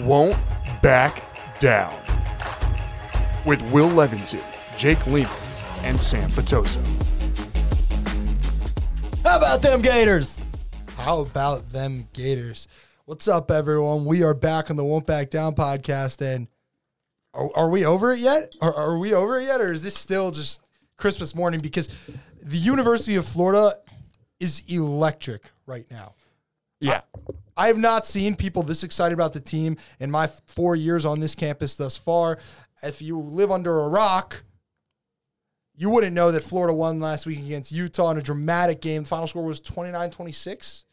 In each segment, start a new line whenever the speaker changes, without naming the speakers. won't back down with Will Levinson, Jake Lehman, and Sam Potosa.
How about them Gators?
How about them Gators? What's up, everyone? We are back on the Won't Back Down podcast, and are, are we over it yet? Are, are we over it yet, or is this still just Christmas morning? Because the University of Florida is electric right now.
Yeah.
I have not seen people this excited about the team in my four years on this campus thus far. If you live under a rock, you wouldn't know that Florida won last week against Utah in a dramatic game. Final score was 29 26.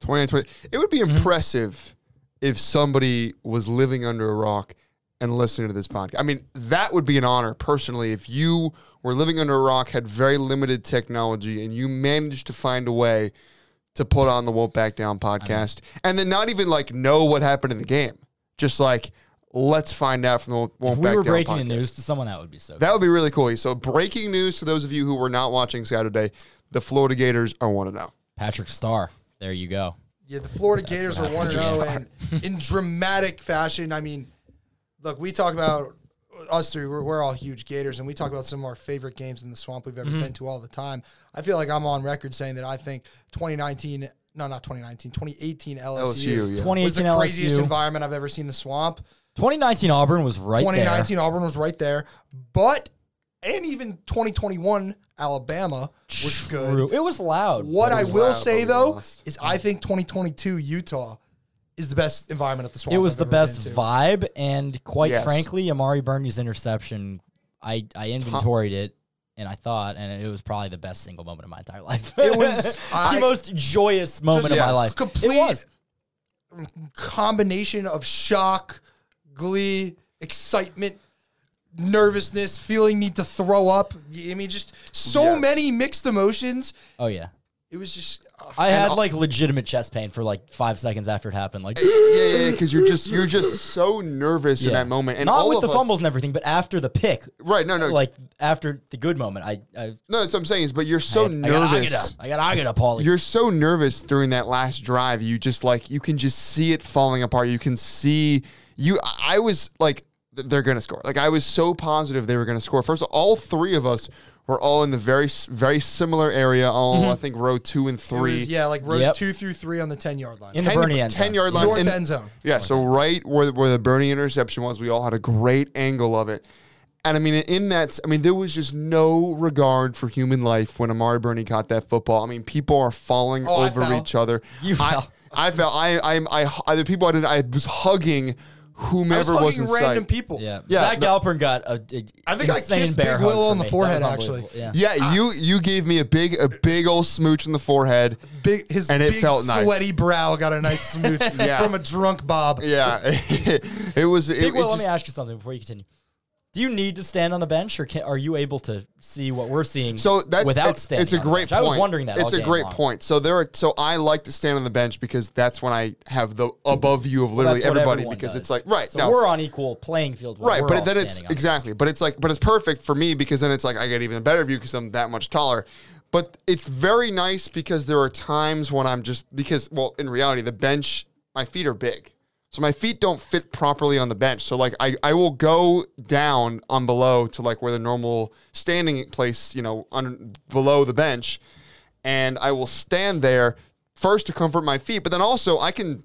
2020. It would be
Mm-hmm.
impressive if somebody was living under a rock and listening to this podcast. I mean, that would be an honor personally. If you were living under a rock, had very limited technology, and you managed to find a way to put on the Won't Back Down podcast and then not even like know what happened in the game. Just like, let's find out from the Won't
If
Back
we were
Down
breaking the
podcast.
news to someone, that would be so.
That would be really cool. So, breaking news to those of you who were not watching Saturday, the Florida Gators are 1 0.
Patrick Starr. There you go.
Yeah, the Florida Gators
what
are 1 0 and in dramatic fashion. I mean, look, we talk about us three, we're, we're all huge Gators, and we talk about some of our favorite games in the swamp we've ever
Mm-hmm.
been to all the time. I feel like I'm on record saying that I think 2019, no, not 2019, 2018 LSU,
LSU, yeah.
was the
2018
craziest
LSU.
environment I've ever seen the swamp.
2019 Auburn was right
2019 Auburn was right there, but and even 2021 Alabama
there.
was good.
True. It was loud.
What
but
I
it was
will
loud, but
say
we
though
lost.
is I think 2022 Utah is the best environment at the swamp.
It was
I've
the
ever
best
been to.
vibe, and quite
Yes.
frankly, Amari Bernie's interception, I, I inventoried it, and I thought, and it was probably the best single moment of my entire life.
It was-
the
I-
most joyous moment of my
yes,
life.
complete-
It was.
Combination of shock, glee, excitement, nervousness, feeling need to throw up. I mean, just so
Yes.
many mixed emotions.
Oh yeah,
It was just uh,
I had like legitimate chest pain for like five seconds after it happened. Like
yeah, yeah, because you're just you're just so nervous in
Yeah.
that moment, and
not
all
with
of
the
us-
fumbles and everything, but after the pick,
Right? No, no,
like after the good moment, I I
no. That's what I'm saying is, but you're so
I got-
nervous.
I got Agata, I got Agata, Paulie.
you're so nervous during that last drive. You just like you can just see it falling apart. You can see you. I- I was like, th- they're gonna score. Like I was so positive they were gonna score. First, of all all three of us were all in the very s- very similar area. All
Mm-hmm.
I think row two and
it
three.
was- yeah, like rows
Yep.
two through three on the 10 yard line.
in the Bernie end zone.
10 yard line.
North
in-
end zone.
Yeah, so right where where the Bernie interception was, we all had a great angle of it. And I mean, in that, I mean, there was just no regard for human life when Amari Bernie caught that football. I mean, people are falling
Oh, I
over
fell.
each other.
You
I,
fell.
I fell. I, I, I, I, the people I did, I was hugging
I
whomever
was
was,
hugging
in sight.
random people.
Yeah,
Yeah,
Zach
no-
Galperin got a. a
I think I
insane
kissed
bear hug
Big Will on
from
the
me.
forehead,
That was unbelievable.
actually.
yeah.
Yeah, you you gave me a big a big old smooch in the forehead.
Big his
And it
big
felt nice.
sweaty brow got a nice smooch
Yeah.
from a drunk Bob.
Yeah, it was. It,
Big
it
Will, let
just,
me ask you something before you continue. Do you need to stand on the bench, or can, are you able to see what we're seeing?
So that's
without
it's,
standing.
it's a
on the
great
bench? I
point.
was wondering that.
It's
all
a
game
great
long.
point. So there are so I like to stand on the bench because that's when I have the above view of
That's
literally
what
everybody
everyone
because it's
does.
like right
So
now
we're on equal playing field. while
right,
we're
but
all
then it's
standing on it.
exactly, but it's like but it's perfect for me because then it's like I get even better view because I'm that much taller. But it's very nice because there are times when I'm just because well in reality the bench my feet are big. So my feet don't fit properly on the bench. So like I, I will go down on below to like where the normal standing place, you know, under, below the bench, and I will stand there first to comfort my feet, but then also I can,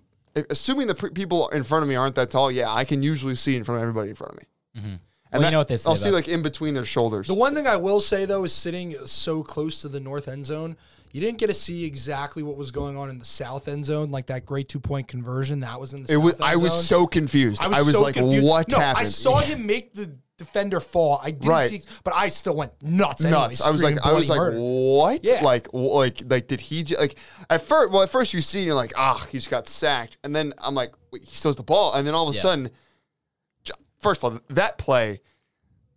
assuming the pre- people in front of me aren't that tall, yeah, I can usually see in front of everybody in front of me.
Well, you
that-
know what they say
I'll see
about-
like in between their shoulders.
The one thing I will say though is sitting so close to the north end zone, you didn't get to see exactly what was going on in the south end zone, like that great two point conversion that was in the.
it
south
was,
end
I was
zone.
so confused. I was,
so
like,
confused.
what
no,
happened?
I saw him make the defender fall. I didn't
Right.
see, but I still went nuts.
nuts.
Anyway,
I was like,
screaming
I was
bloody
like,
murder.
what?
Yeah.
Like, wh- like, like, did he j- like at first? Well, at first you see, and you're like, ah, he just got sacked, and then I'm like, wait, he steals the ball, and then all of a
Yeah.
sudden, j- first of all, that play,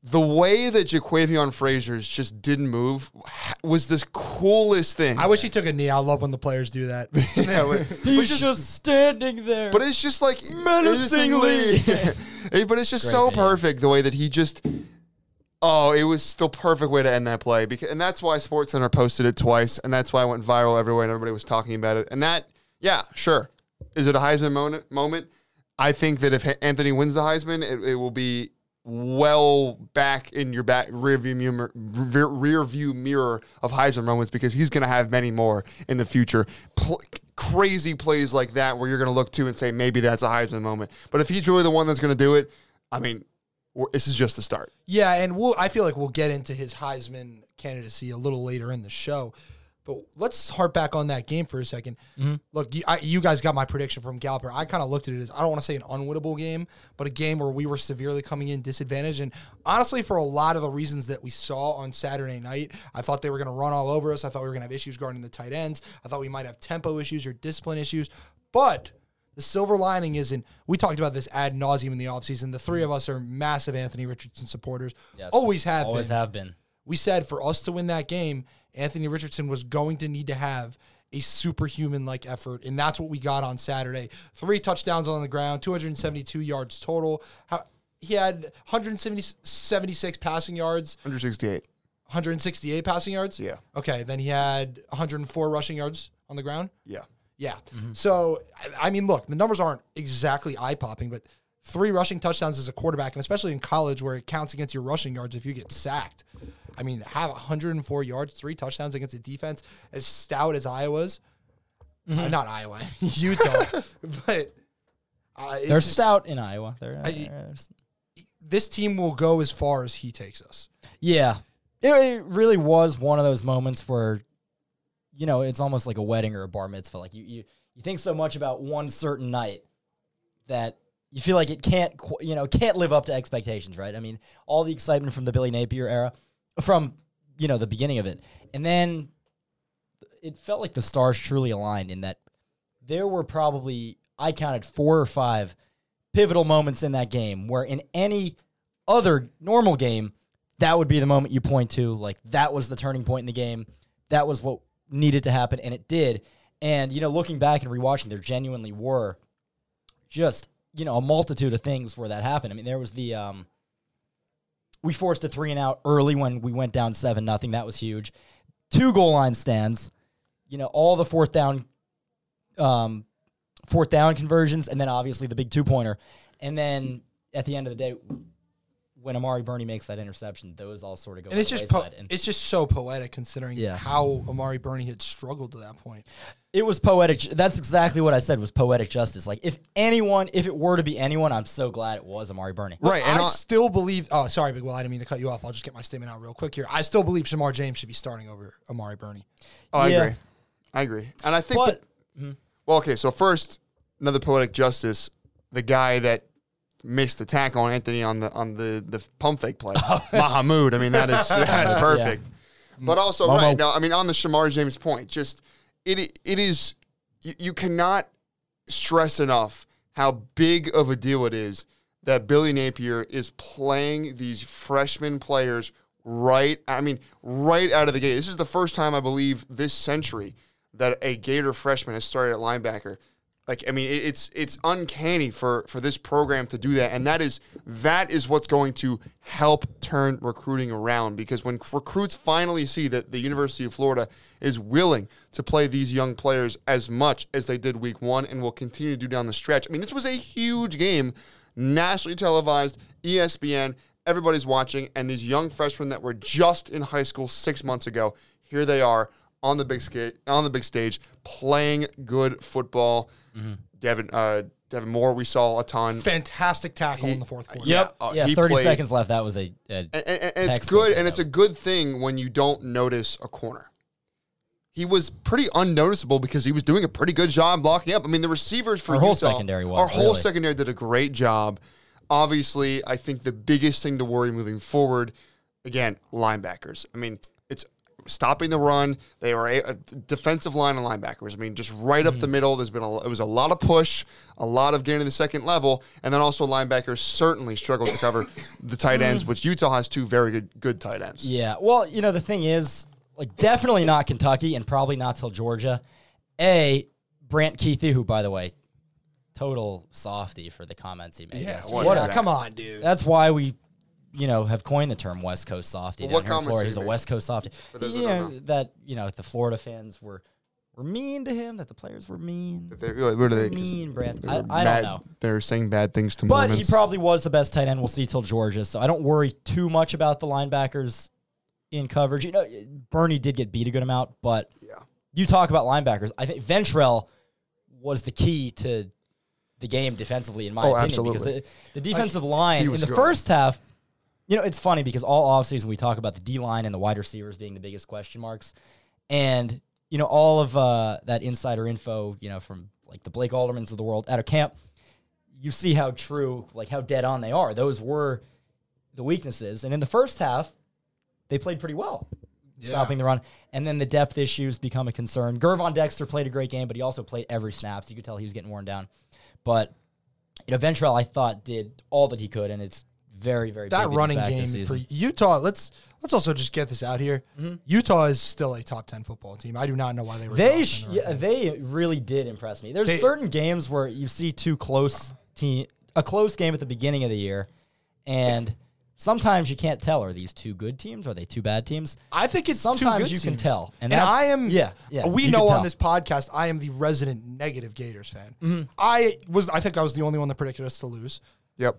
the way that Jaquavion Frazier's just didn't move ha- was the coolest thing.
I wish he took a knee. I love when the players do that.
Yeah, but- but
He's
just-
just, standing there.
But it's just like
Menacingly.
menacingly. but it's just
Great
so
video.
perfect the way that he just. Oh, it was the perfect way to end that play because, and that's why SportsCenter posted it twice, and that's why it went viral everywhere, and everybody was talking about it. And that, yeah, sure, is it a Heisman moment? Moment, I think that if Anthony wins the Heisman, it, it will be well back in your back rear view mirror, rear, rear view mirror of Heisman moments because he's going to have many more in the future. Pl- crazy plays like that where you're going to look to and say maybe that's a Heisman moment. But if he's really the one that's going to do it, I mean, we're- this is just the start.
Yeah, and we'll I feel like we'll get into his Heisman candidacy a little later in the show. But let's harp back on that game for a 2nd Look, you, I, you guys got my prediction from Galper. I kind of looked at it as I don't want to say an unwinnable game, but a game where we were severely coming in disadvantaged. And honestly, for a lot of the reasons that we saw on Saturday night, I thought they were going to run all over us. I thought we were going to have issues guarding the tight ends. I thought we might have tempo issues or discipline issues. But the silver lining is, and we talked about this ad nauseum in the offseason. The three of us are massive Anthony Richardson supporters. Always have
always
been.
have been.
we said for us to win that game, Anthony Richardson was going to need to have a superhuman like effort, and that's what we got on Saturday. Three touchdowns on the ground, 272 yards total. How, he had 176 passing yards,
168.
168 passing yards.
Yeah.
Okay, then he had 104 rushing yards on the ground.
Yeah.
Yeah.
Mm-hmm.
So, I- I mean, look, the numbers aren't exactly eye popping, but three rushing touchdowns as a quarterback, and especially in college where it counts against your rushing yards if you get sacked. I mean, have 104 yards, three touchdowns against a defense as stout as Iowa's. Uh,
Mm-hmm.
not Iowa, Utah. but uh, it's
They're
just-
stout in Iowa. They're,
I-
they're-
this team will go as far as he takes us.
yeah. It, it really was one of those moments where, you know, it's almost like a wedding or a bar mitzvah. Like you, you, you think so much about one certain night that you feel like it can't, qu- you know, can't live up to expectations, right? I mean, all the excitement from the Billy Napier era, from you know the beginning of it, and then it felt like the stars truly aligned in that there were probably I counted four or five pivotal moments in that game where in any other normal game that would be the moment you point to like that was the turning point in the game that was what needed to happen and it did and you know looking back and rewatching there genuinely were just you know a multitude of things where that happened i mean there was the um we forced a three and out early when we went down seven nothing that was huge two goal line stands you know all the fourth down um, fourth down conversions, and then obviously the big two pointer. And then at the end of the day, when Amari Bernie makes that interception, those all sort of go.
And
by
it's
the
just po-
wayside. and
it's just so poetic considering
Yeah.
how Amari Bernie had struggled to that point.
it was poetic. ju- That's exactly what I said was poetic justice. Like if anyone, if it were to be anyone, I'm so glad it was Amari Bernie.
Right. And
I
I-
still believe. Oh, sorry, Big Will. I didn't mean to cut you off. I'll just get my statement out real quick here. I still believe Shamar James should be starting over Amari Bernie.
Oh, I
Yeah.
agree. I agree. And I think
But
that- well, okay, so first, another poetic justice, the guy that missed the tackle on Anthony on the on the, the pump fake play.
Oh.
Mahamoud. I mean, that is that's perfect. But also, right now, I mean, on the Shamar James point, just it it is you, you cannot stress enough how big of a deal it is that Billy Napier is playing these freshman players right I mean right out of the gate. This is the first time I believe this century that a Gator freshman has started at linebacker Like I mean, it, it's it's uncanny for for this program to do that, and that is that is what's going to help turn recruiting around because when recruits finally see that the University of Florida is willing to play these young players as much as they did Week One and will continue to do down the stretch. I mean, this was a huge game, nationally televised, E ESPN. Everybody's watching, and these young freshmen that were just in high school six months ago, here they are on the big sca- on the big stage playing good football. Devin uh, Devin Moore, we saw a ton. uh,
Fantastic tackle in the fourth quarter.
Yep.
yeah, thirty seconds left. That was a, a
And, and- and it's
Textbook.
good, and it's a good thing when you don't notice a corner. He was pretty unnoticeable because he was doing a pretty good job blocking up. I mean, the receivers for
Our whole
Utah-
secondary was,
our whole
really.
secondary did a great job. Obviously, I think the biggest thing to worry moving forward, again, linebackers. I mean, it's stopping the run. They were a, a defensive line and linebackers. I mean, just right up the
Mm-hmm.
middle. There's been a, it was a lot of push, a lot of getting to the second level, and then also linebackers certainly struggled to cover the tight ends, which Utah has two very good good tight ends.
Mm-hmm. Yeah. Well, you know, the thing is, like, definitely not Kentucky and probably not till Georgia. A, Brant Keithy, who, by the way, total softy for the comments he made.
Yeah,
yesterday.
what
what
yeah,
is that?
come on, dude.
That's why we, you know, have coined the term West Coast softy.
Well, what
down here in
comments
Florida.
did
He's
he
a
make?
West Coast softy.
those that
yeah,
don't know.
that, you know, the Florida fans were, were mean to him, that the players were mean.
They really what are they? 'Cause
Mean, Brad.
they
I-
were
I don't
mad-
know.
They're saying bad things to
But he
Mormons.
probably was the best tight end we'll see till Georgia, so I don't worry too much about the linebackers in coverage. You know, Bernie did get beat a good amount, but
Yeah.
you talk about linebackers. I think Ventrell was the key to the game defensively, in my
Oh,
opinion,
absolutely.
because the, the defensive line
he
in
was
the
good.
first half. You know, it's funny because all offseason we talk about the D line and the wide receivers being the biggest question marks. And, you know, all of uh, that insider info, you know, from like the Blake Aldermans of the world out of camp, you see how true, like how dead on they are. Those were the weaknesses. And in the first half, they played pretty well, stopping the run. And then the depth issues become a concern. Gervon Dexter played a great game, but he also played every snap, so you could tell he was getting worn down. But you know, Ventrell, I thought, did all that he could, and it's very, very big
That
he's
running
back this
game for
season. Mm-hmm.
Utah. Let's let's also just get this out here. Utah is still a top ten football team. I do not know why they were. dropped
They
in
sh-
the running.
yeah, they really did impress me. There's
They-
certain games where you see two close team a close game at the beginning of the year, and sometimes you can't tell are these two good teams are they two bad teams.
I think it's
Sometimes
two good
you can
teams.
tell, and
and,
that's-
I am.
yeah, yeah,
we
you
know
can
on
tell.
this podcast, I am the resident negative Gators fan.
Mm-hmm.
I was. I think I was the only one that predicted us to lose.
Yep.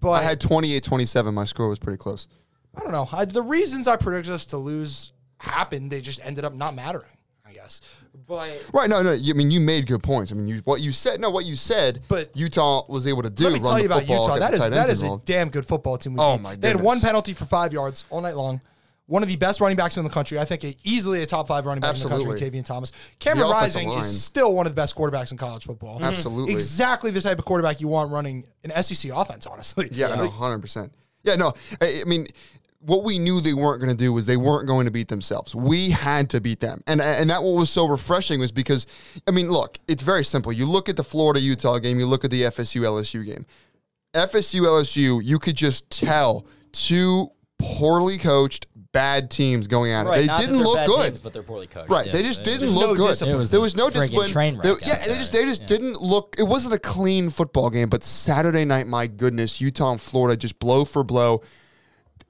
But
I had 28-27. My score was pretty close.
I don't know. I, the reasons I predicted us to lose happened. They just ended up not mattering, I guess. But
Right, no, no. You, I mean, you made good points. I mean, you, what you said, no, what you said,
But-
Utah was able to do.
let me
run
tell
the
you about
football,
Utah.
get
That
the
is
tight
that
ends
is a
involved.
damn good football team. We
Oh,
beat.
my
They had one
goodness.
penalty for five yards all night long. One of the best running backs in the country. I think a, easily a top five running back in the country,
Absolutely.
Tavian Thomas. Cameron
The offensive
Rising
line.
is still one of the best quarterbacks in college football.
Absolutely.
Exactly the type of quarterback you want running an SEC offense, honestly.
Yeah, no, hundred percent. Yeah, no. I, I mean, what we knew they weren't going to do was they weren't going to beat themselves. We had to beat them, and and that what was so refreshing was because, I mean, look, it's very simple. You look at the Florida Utah game, you look at the FSU LSU game. FSU LSU, you could just tell two poorly coached bad teams going at it.
Right,
they
not that
didn't
they're
look
bad
good.
teams, but they're poorly coached.
Right,
Yeah,
they just didn't
was
look
no
good.
discipline. It
was
There
a
was no
friggin'
discipline.
train wreck
There-
out
yeah, and they
there.
just they just didn't look. It wasn't a clean football game, but Saturday night, my goodness, Utah and Florida just blow for blow.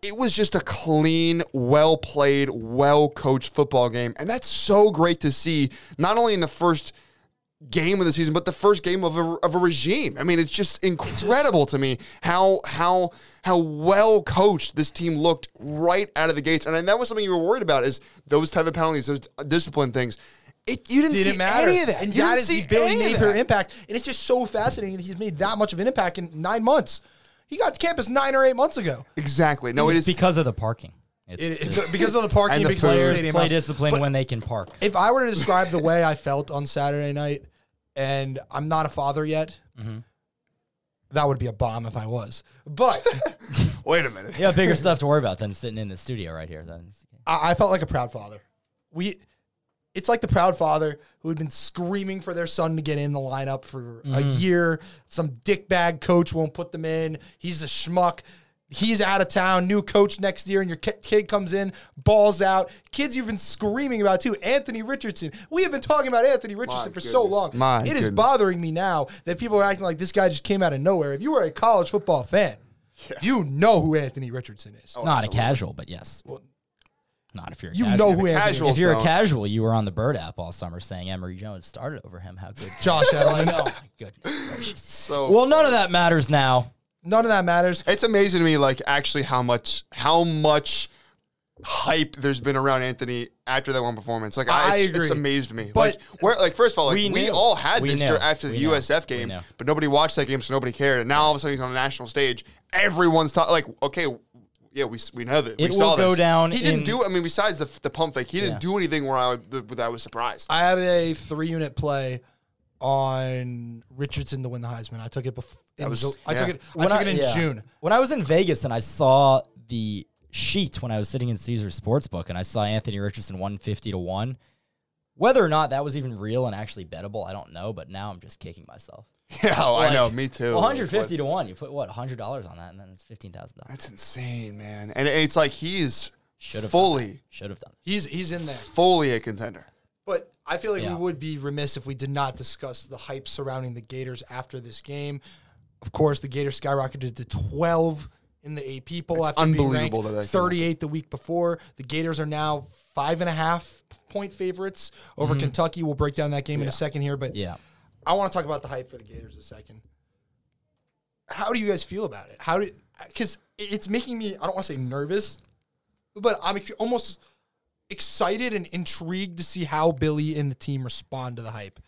It was just a clean, well played, well coached football game, and that's so great to see. Not only in the first game of the season, but the first game of a, of a regime. I mean, it's just incredible to me how how how well coached this team looked right out of the gates. And that was something you were worried about is those type of penalties, those discipline things. It you didn't, see
Didn't matter.
any of that.
And
you
that
didn't
is
see
the Billy
any of
Napier
that.
impact. And it's just so fascinating that he's made that much of an impact in nine months. He got to campus nine or eight months ago.
Exactly. No, it
it's
is
because of the parking. It's,
It- it's because of the parking,
And the
because of the
food.
stadium
play
house.
discipline when they can park.
if I were to describe the way I felt on Saturday night, and I'm not a father yet, that would be a bomb if I was. But
wait a minute.
Yeah, bigger stuff to worry about than sitting in the studio right here. Then
I, I felt like a proud father. We, it's like the proud father who had been screaming for their son to get in the
Mm-hmm.
lineup for a year. Some dickbag coach won't put them in. He's a schmuck. he's out of town, new coach next year, and your ki- kid comes in, balls out. Kids you've been screaming about too, Anthony Richardson. We have been talking about Anthony Richardson for so long.
My
It is
goodness.
bothering me now that people are acting like this guy just came out of nowhere. If you were a college football fan, you know who Anthony Richardson is.
Oh,
Not a casual, but yes. Not if you're a
you
casual.
know who Anthony
Casuals
If you're a
don't.
casual, you were on the Bird app all summer saying Emory Jones started over him. How good?
Josh
Like,
Edelman.
oh my goodness gracious.
so
Well, none of that matters now.
None of that matters.
It's amazing to me, like actually how much how much hype there's been around Anthony after that one performance. Like I,
I
it's,
agree.
it's amazed me.
But-
like where like first of all, like
We
we,
knew.
all had
We
this
knew.
dur- after the
We knew.
USF
We
game,
knew.
but nobody watched that game, so nobody cared. And now all of a sudden he's on a national stage. Everyone's talking like, okay, yeah, we we know that. we
It
saw
will go
this.
down
He didn't
in-
do. I mean, besides the the pump fake, he didn't
Yeah.
do anything where I would, that I was surprised.
I have a three unit play on Richardson to win the Heisman. I took it before. In
was-
Ju- I
yeah.
took it. I
When
took it in
yeah.
June.
When I was in Vegas and I saw the sheet when I was sitting in Caesar's Sportsbook and I saw Anthony Richardson 150 to 1, whether or not that was even real and actually bettable, I don't know, but now I'm just kicking myself.
yeah, oh, I
Like,
know. Me too.
150 to 1. You put what? $100 on that and then it's $15,000.
That's insane, man. And it's like he's
Should've done
fully
Should have done it.
He's he's in there.
fully a contender.
But I feel like
Yeah.
we would be remiss if we did not discuss the hype surrounding the Gators after this game. Of course, the Gators skyrocketed to 12 in the AP poll
It's
after
unbelievable
being
that
ranked
that came
38 the week before. The Gators are now five and a half point favorites over
Mm-hmm.
Kentucky. We'll break down that game in a second here, but
Yeah.
I want to talk about the hype for the Gators a second. How do you guys feel about it? How do because it's making me I don't want to say nervous, but I'm ex- almost excited and intrigued to see how Billy and the team respond to the hype.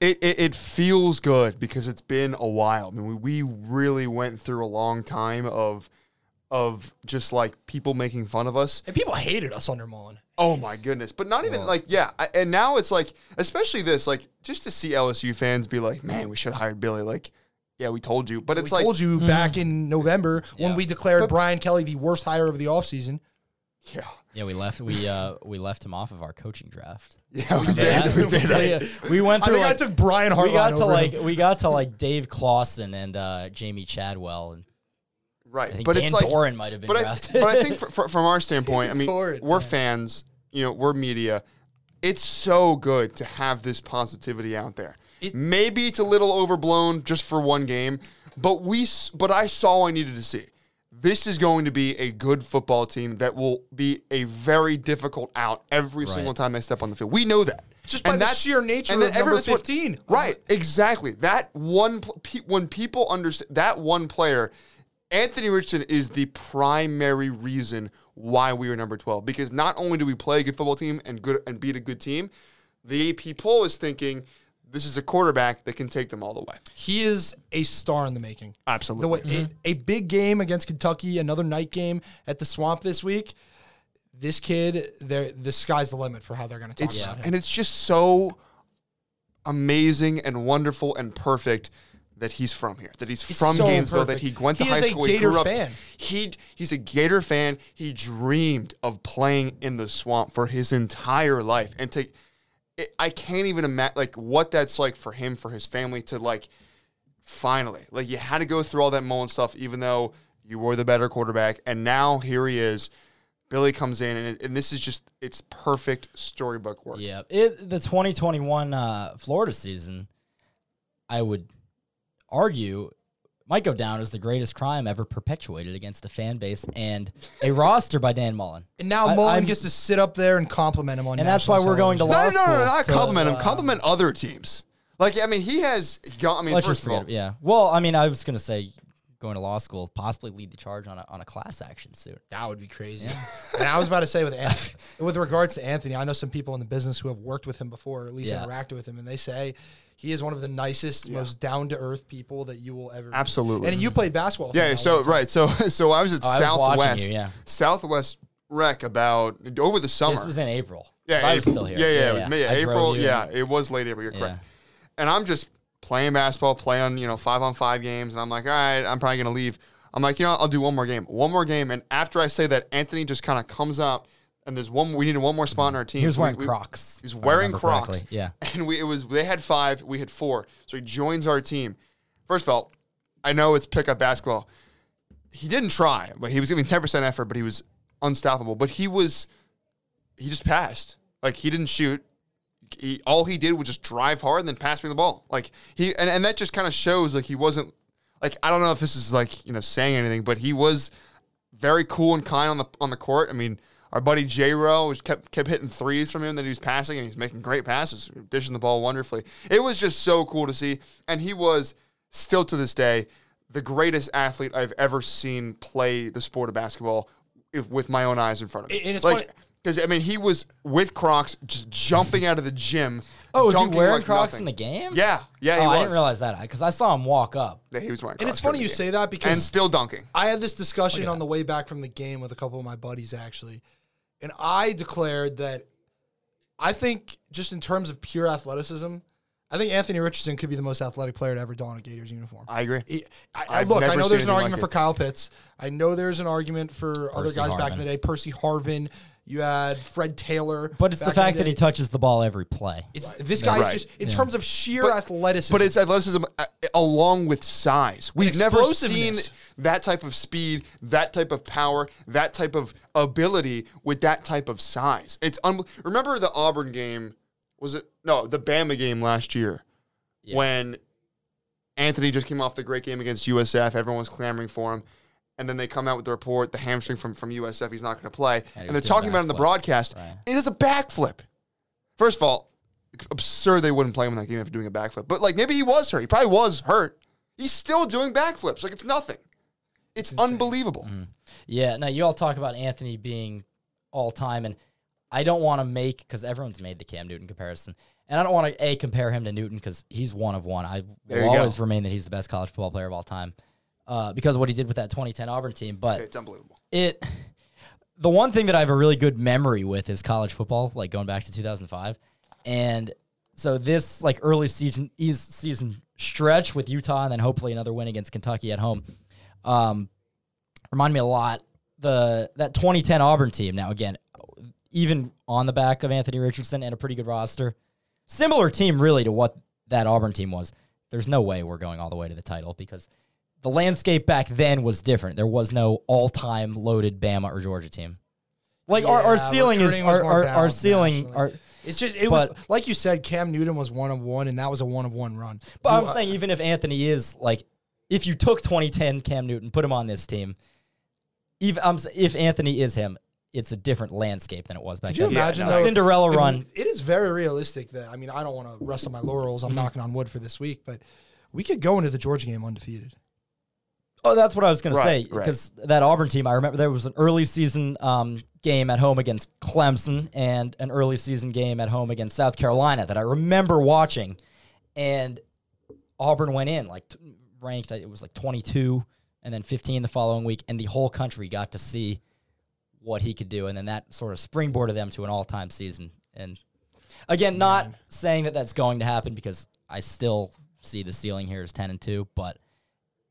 It, it, it feels good because it's been a while. I mean, we, we really went through a long time of of just like people making fun of us.
And people hated us under Mullen.
Oh my goodness! But not even like yeah. I, and now it's like, especially this, like just to see LSU fans be like, man, we should have hired Billy. Like, yeah, we told you. But it's
we
like,
told you back in November when we declared Brian Kelly the worst hire of the offseason.
yeah,
Yeah, we left we uh we left him off of our coaching draft.
yeah, we
Yeah,
did, we did.
we- we went
I
through
think I
like,
took Brian Hartline
we got
over
to like
him.
we got to like Dave Clausen and uh, Jamie Chadwell and I
right.
think
But
Dan
it's like
Doran might have been
but I,
drafted.
th- but I think fr fr- from our standpoint, I mean,
Torrid,
we're fans. You know, we're media. It's so good to have this positivity out there. Maybe it's a little overblown just for one game, but we. s- But I saw I needed to see. This is going to be a good football team that will be a very difficult out every single time they step on the field. We know that.
Just by the
that's-
sheer nature
then
of number
everyone's what-
15.
right? Exactly. That one pl- pe- when people understand that one player, Anthony Richardson is the primary reason why we are number twelve. Because not only do we play a good football team and good and beat a good team, the AP poll is thinking this is a quarterback that can take them all the way.
he is a star in the making.
Absolutely.
The way,
Mm-hmm.
a, a big game against Kentucky, another night game at the Swamp this week. This kid, there, the sky's the limit for how they're going to talk
It's
about him.
and it's just so amazing and wonderful and perfect that he's from here, that he's from
so
Gainesville,
perfect.
that he went to
He
high
is a
school, he
Gator
grew up.
fan.
He he's a Gator fan. He dreamed of playing in the swamp for his entire life, and to it, I can't even imagine like what that's like for him, for his family to like finally like you had to go through all that Mullen stuff, even though you were the better quarterback, and now here he is. Billy comes in, and, and this is just it's perfect storybook work.
yeah, it, the 2021 uh, Florida season, I would argue, might go down as the greatest crime ever perpetuated against a fan base and a roster by Dan Mullen.
And now
I-
Mullen
I'm-
gets to sit up there and compliment him on.
And that's why
national
we're going to
television.
law
No, no, no,
school.
no, not
to,
compliment him.
uh,
Compliment other teams. Like, I mean, he has. Got, I mean,
Let's
first
just
of all,
forget. it, Yeah. Well, I mean, I was gonna say going to law school possibly lead the charge on a on a class action suit.
That would be crazy. and I was about to say with Anthony, with regards to Anthony, I know some people in the business who have worked with him before, or at least
Yeah.
interacted with him, and they say he is one of the nicest, most down to earth people that you will ever. meet.
Absolutely.
And you played basketball. with him
yeah.
at
So
one time.
right. So so I was at
Oh, I was watching
Southwest.
you, yeah.
Southwest rec about over the summer.
This was in April.
yeah,
If I was
April-
still here.
Yeah, yeah, it was May-
I drove
April.
you
Yeah,
and-
it was late April. You're correct.
Yeah.
And I'm just playing basketball, playing you know five on five games, and I'm like, all right, I'm probably gonna leave. I'm like, you know, I'll do one more game, one more game, and after I say that, Anthony just kind of comes out, and there's one. We needed one more spot on our team.
He was
We-
wearing
we-
Crocs.
He's
if I
wearing
remember
Crocs.
correctly. Yeah.
And we it was they had five, we had four. So he joins our team. First of all, I know it's pickup basketball. he didn't try, but he was giving ten percent effort, but he was unstoppable. But he was he just passed. Like he didn't shoot. He all he did was just drive hard and then pass me the ball. Like he and, and that just kind of shows like he wasn't like I don't know if this is like, you know, saying anything, but he was very cool and kind on the on the court. I mean, our buddy J Rowe was- kept kept hitting threes from him that he was passing and he's making great passes, dishing the ball wonderfully. It was just so cool to see. And he was still to this day the greatest athlete I've ever seen play the sport of basketball if, with my own eyes in front of me.
And- and it's
like,
funny-
because I mean, he was with Crocs, just jumping out of the gym.
Oh, was he
dunking
wearing
like
Crocs
nothing.
in the game?
Yeah, yeah, he
oh,
was.
I didn't realize that because I saw him walk up.
that he was wearing.
And it's
Crocs during
funny
the
you
game.
say that because
and still dunking.
I had this discussion on the way back from the game with a couple of my buddies actually, and I declared that I think just in terms of pure athleticism, I think Anthony Richardson could be the most athletic player to ever don a Gators uniform.
I agree.
He- I, I
I've
look, I
never
know
seen
there's an
anything
argument
like
for Kyle Pitts. I know there's an argument for other
Percy
guys back in
Harvin.
the day. Percy Harvin, you had Fred Taylor.
But it's the
back in
fact that
day.
he touches the ball every play.
It's, this guy
Right.
is just in terms of sheer athleticism.
But it's athleticism uh, along with size. We've never seen
explosiveness.
that type of speed, that type of power, that type of ability with that type of size. It's un- remember the Auburn game was it no the Bama game last year when Anthony just came off the great game against USF. Everyone was clamoring for him. And then they come out with the report, the hamstring from, from USF, he's not going to play.
he
And,
was
they're
doing
talking about it on the
backflips,
broadcast.
right.
And he does a backflip. First of all, absurd they wouldn't play him in that game after doing a backflip. But like maybe he was hurt. He probably was hurt. He's still doing backflips. Like it's nothing. It's, unbelievable.
Mm-hmm. Yeah, no, you all talk about Anthony being all time, and I don't want to make because everyone's made the Cam Newton comparison, and I don't want to a compare him to Newton because he's one of one. I
There
will
you go.
always remain that he's the best college football player of all time uh, because of what he did with that 2010 Auburn team. But
It's unbelievable.
it the one thing that I have a really good memory with is college football, like going back to 2005. And so this like early season eas- season stretch with Utah and then hopefully another win against Kentucky at home. Um remind me a lot the that 2010 Auburn team now again even on the back of Anthony Richardson and a pretty good roster. Similar team really to what that Auburn team was. There's no way we're going all the way to the title because the landscape back then was different. There was no all-time loaded Bama or Georgia team. Like our, our
Yeah,
ceiling is
recruiting was
our,
more
our, our
balanced
ceiling
nationally.
our
It's just it was
But-
like you said. Cam Newton was one of one, and that was a one of one run. uh,
But
You-
I'm saying even if Anthony is like, if you took 2010 Cam Newton, put him on this team, even um, if Anthony is him, it's a different landscape than it was back
Could you
then.
imagine
no.
though, if-
Cinderella
if-
run.
It is very realistic that I mean I don't want to rest on my laurels. I'm knocking on wood for this week, but we could go into the Georgia game undefeated.
Oh, that's what I was going to
Right,
say
right.
because that Auburn team. I remember there was an early season um, game at home against Clemson and an early season game at home against South Carolina that I remember watching, and Auburn went in like t- ranked. It was like 22 and then 15 the following week, and the whole country got to see what he could do, and then that sort of springboarded them to an all-time season. And again, not saying that that's going to happen because I still see the ceiling here is 10 and two, but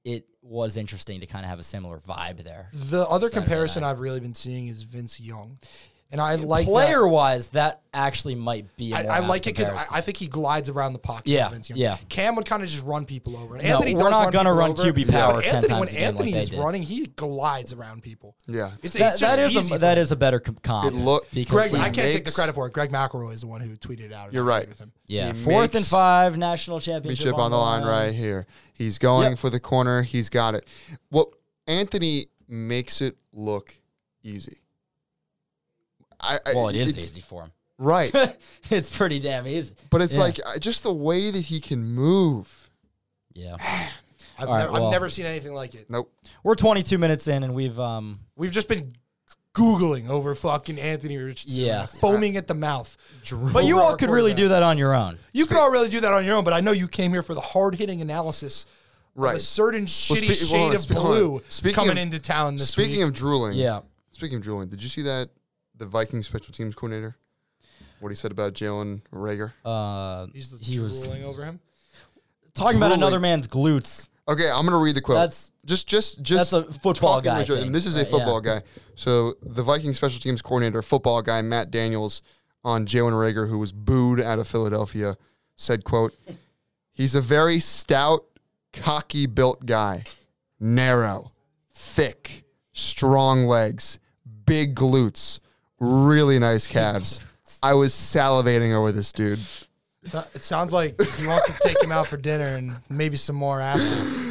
it was interesting to kind of have a similar vibe there.
The other
Saturday
comparison
night.
I've really been seeing is Vince Young, and I like uh,
Player
That.
wise, that actually might be. a
I,
more
I
apt
like it because
comparison.
I, I think he glides around the pocket.
Yeah,
Vince Young.
yeah.
Cam would kind of just run people over. And
No,
Anthony
we're
does
not
run
gonna
people
run
over,
QB power
but
10
Anthony,
times
when
a game like
Anthony
they
is
did.
running, he glides around people.
Yeah.
It's,
That-
it's
that
just
is
easy
a,
for
that
him.
is a better com- comp.
It look-
to be
Greg.
completely-
I can't take the
makes-
credit for it. Greg McElroy is the one who tweeted out. and
You're
I agree
right.
With him.
yeah,
He
fourth and
makes-
five national championship
Chip on the line right here. He's going
Yep.
for the corner. He's got it. What Anthony makes it look easy. I, I
Well, it is
it's-
easy for him.
Right.
it's pretty damn easy.
But it's
Yeah.
like like just the way that he can move.
Yeah,
I've,
All right,
never,
well-
I've never seen anything like it.
Nope.
we're 22 minutes in, and we've um
We've just been googling over fucking Anthony Richardson,
Yeah.
yeah, foaming at the mouth.
But you all could really do that on your own.
You could all really do that on your own, but I know you came here for the hard hitting analysis. Of a
Right.
certain shitty
spe-
shade
hold on,
of
spe- hold on.
blue
Speaking
coming
of-
into town this
Speaking
week.
of drooling,
Yeah.
Speaking of drooling, did you see that the Vikings special teams coordinator? What he said about Jalen Rager?
Uh,
He's
he was
drooling over him.
talking about another
drooling.
man's glutes.
Okay, I'm gonna read the quote.
That's-
just just just
that's a football
talking
guy
about Joe-
thing,
And this is a
right, yeah.
football guy. So the Viking special teams coordinator, football guy Matt Daniels, on Jalen Rager, who was booed out of Philadelphia, said, "quote He's a very stout, cocky built guy, narrow, thick, strong legs, big glutes, really nice calves. I was salivating over this dude.
It sounds like he wants to take him out for dinner and maybe some more after.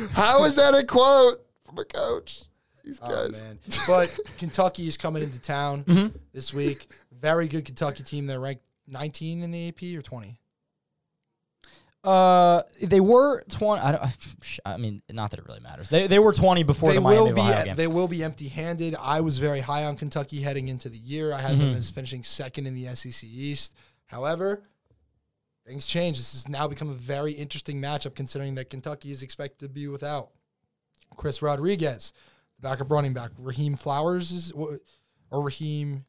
How is that a quote from a coach? These
Oh,
guys.
man. But Kentucky is coming into town
Mm-hmm.
this week. Very good Kentucky team. They're ranked 19 in the AP or 20.
Uh, they were twenty. I don't. I mean, not that it really matters. They, they were twenty before
they
the Miami
will
of
be
Ohio game.
they will be empty-handed. I was very high on Kentucky heading into the year. I had
Mm-hmm.
them as finishing second in the SEC East. However, things change. This has now become a very interesting matchup considering that Kentucky is expected to be without Chris Rodriguez, the backup running back. Raheem Flowers is wha- or Raheem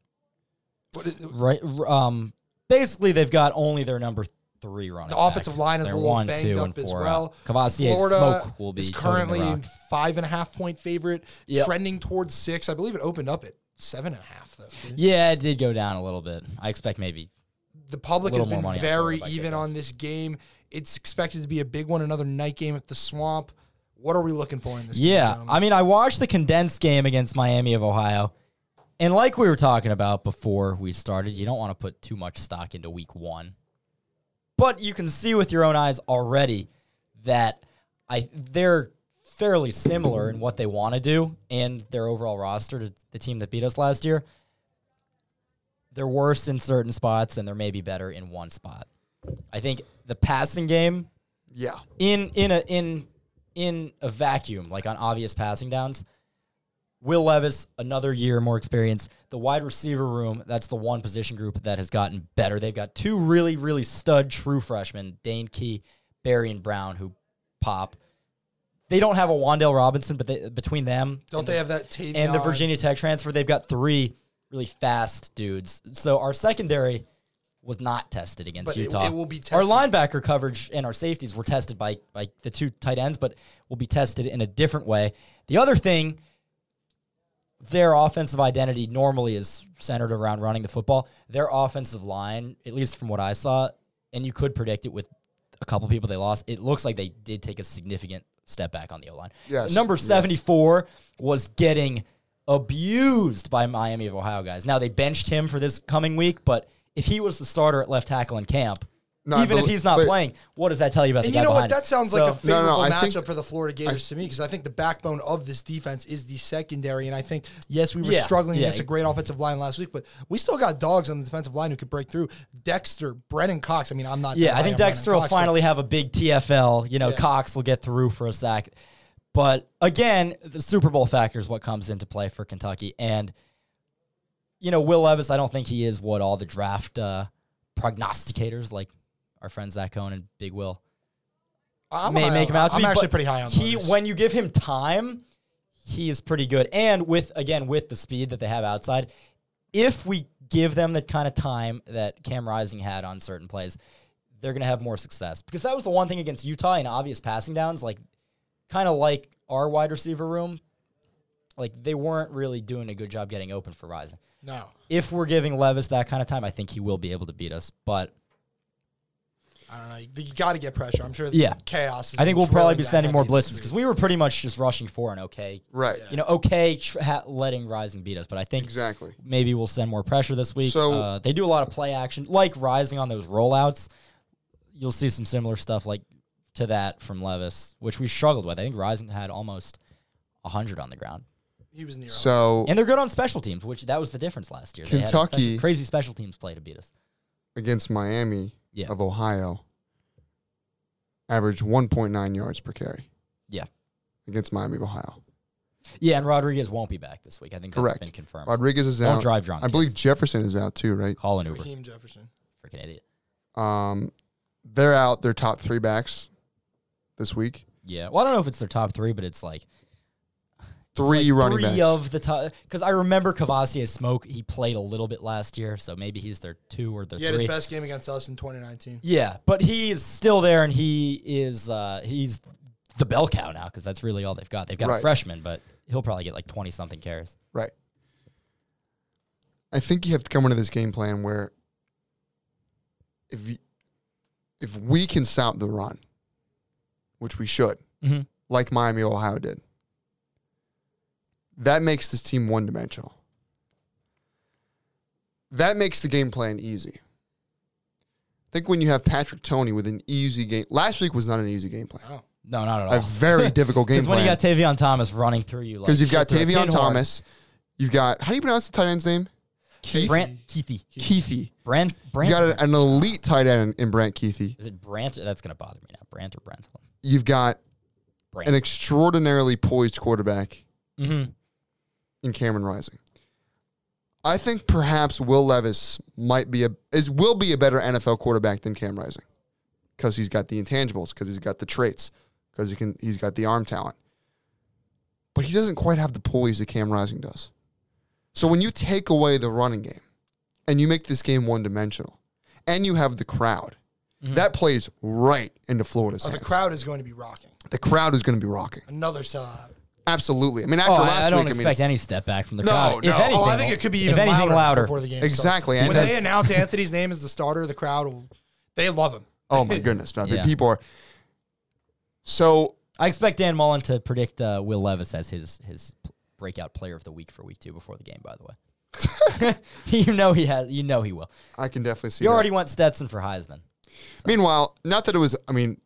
what is, the
right. r- Um. Basically, they've got only their number three running. back.
offensive line is a
They're
little
one,
banged
two,
up
and
as
four out.
well.
Kavasi
Florida
Smoke will be
is
toting the
currently
rock.
five and a half point favorite,
Yep.
trending towards six. I believe it opened up at seven and a half though. didn't it?
Yeah, it did go down a little bit. I expect maybe.
the public
A
has
little more money
been
on
very
Florida by
even
kickoff.
on this game. It's expected to be a big one, another night game at the Swamp. What are we looking for in this game?
Yeah,
gentlemen?
I mean, I watched the condensed game against Miami of Ohio, and like we were talking about before we started, you don't want to put too much stock into Week One, but you can see with your own eyes already that I they're fairly similar in what they want to do and their overall roster to the team that beat us last year. They're worse in certain spots, and they're maybe better in one spot. I think the passing game
Yeah.
in in a in in a vacuum, like on obvious passing downs. Will Levis, another year more experience. The wide receiver room, that's the one position group that has gotten better. They've got two really, really stud true freshmen, Dane Key, Barry, and Brown, who pop. They don't have a Wandale Robinson, but they, between them
don't they have that Tavion?
and the Virginia Tech transfer, they've got three really fast dudes. So our secondary was not tested against
But it-
Utah.
it will be
Our
tested.
linebacker coverage and our safeties were tested by by the two tight ends, but will be tested in a different way. The other thing, their offensive identity normally is centered around running the football. Their offensive line, at least from what I saw, and you could predict it with a couple people they lost. It looks like they did take a significant step back on the O line.
Yes,
Number
yes.
74 was getting abused by Miami of Ohio guys. Now they benched him for this coming week, but if he was the starter at left tackle in camp,
No, I
even if
belie-
he's not
but-
playing, what does that tell you about
And
the
you
guy
know what?
behind him?
That sounds
So-
like a
No, no,
favorable
I
matchup
think-
for the Florida Gators to me because I think the backbone of this defense is the secondary. And I think yes, we were
Yeah,
struggling
yeah.
against a great offensive line last week, but we still got dogs on the defensive line who could break through. Dexter, Brennan Cox. I mean, I'm not. that
Yeah, I
high
think
on Brennan
Dexter will
Cox, but
finally have a big TFL. You know, Cox will get through for a sack. But again, the Super Bowl factor is what comes into play for Kentucky. And, you know, Will Levis, I don't think he is what all the draft uh, prognosticators like our friends Zach Cohen and Big Will
I'm
may
high
make
on-
him out to
I'm
be.
actually
but
pretty high on
He
Levis.
when you give him time, he is pretty good. And with again with the speed that they have outside, if we give them the kind of time that Cam Rising had on certain plays, they're going to have more success because that was the one thing against Utah in obvious passing downs, like kind of like our wide receiver room, like they weren't really doing a good job getting open for Rising
no.
if we're giving Levis that kind of time, I think he will be able to beat us. But
I don't know. You got to get pressure. I'm sure.
Yeah.
chaos. Is
I think we'll probably be sending more blitzes because we were pretty much just rushing for an okay,
Right.
you know, okay, tr- ha- letting Rising beat us. But I think
Exactly.
maybe we'll send more pressure this week.
So-
uh, they do a lot of play action, like Rising on those rollouts. You'll see some similar stuff like to that from Levis, which we struggled with. I think Rising had almost hundred on the ground,
he was near.
So
and they're good on special teams, which that was the difference last year. They had a special-
Kentucky-
crazy special teams play to beat us.
against Miami
Yeah.
of Ohio, averaged 1.9 yards per carry
Yeah,
against Miami of Ohio.
yeah, and Rodriguez won't be back this week. I think that's
Correct.
been confirmed.
Rodriguez is
Don't
out.
drive drunk,
I believe
kids.
Jefferson is out too, right?
Call an Uber,
Raheem Jefferson.
freaking idiot.
Um, they're out. Their top three backs this week.
Yeah. Well, I don't know if it's their top three, but it's like it's
Three
like
running
three
backs.
of the top. Because I remember Cavassier Smoke. He played a little bit last year, so maybe he's their two or their
He had his
three.
best game against us in 2019.
Yeah, but he is still there, and he is uh, he's the bell cow now because that's really all they've got. They've got
Right.
a freshman, but he'll probably get like twenty something carries.
Right. I think you have to come into this game plan where if you, if we can stop the run, which we should,
Mhm.
like Miami Ohio did, that makes this team one dimensional. That makes the game plan easy. I think when you have Patrick Tony with an easy game, last week was not an easy game plan.
No, not at all.
A very difficult game
Because when
plan.
you got Tavion Thomas running through you,
Because you've got Tavion
Thomas.
Thomas. You've got, how do you pronounce the tight end's name? Keith.
Brant Keithy.
Keithy.
Brant
You
Brant.
got an elite tight end in Brant Keithy.
is it Brant? That's gonna bother me now. Brant or Brantlin?
You've got
Brant.
an extraordinarily poised quarterback
Mhm.
in Cameron Rising. I think perhaps Will Levis might be a is will be a better NFL quarterback than Cam Rising because he's got the intangibles, because he's got the traits, because he can he's got the arm talent. But he doesn't quite have the poise that Cam Rising does. So when you take away the running game and you make this game one dimensional and you have the crowd,
Mm-hmm.
that plays right into Florida's
Oh, the
hands.
crowd is going to be rocking.
The crowd is going to be rocking.
Another sellout.
Absolutely. I mean,
Oh,
after
I,
last
I don't
week, I mean,
expect
it's-
any step back from the
No,
crowd.
no.
If anything,
oh, I think it could be
if
even
anything
louder,
louder.
before the game. starts.
exactly.
When
And
they announce Anthony's name as the starter, the crowd will. They love him.
oh my goodness, man,
Yeah.
people are. So
I expect Dan Mullen to predict uh, Will Levis as his his p- breakout player of the week for week two before the game. By the way, you know he has. You know he will.
I can definitely see.
You
that.
already went Stetson for Heisman.
Meanwhile, not that it was. I mean,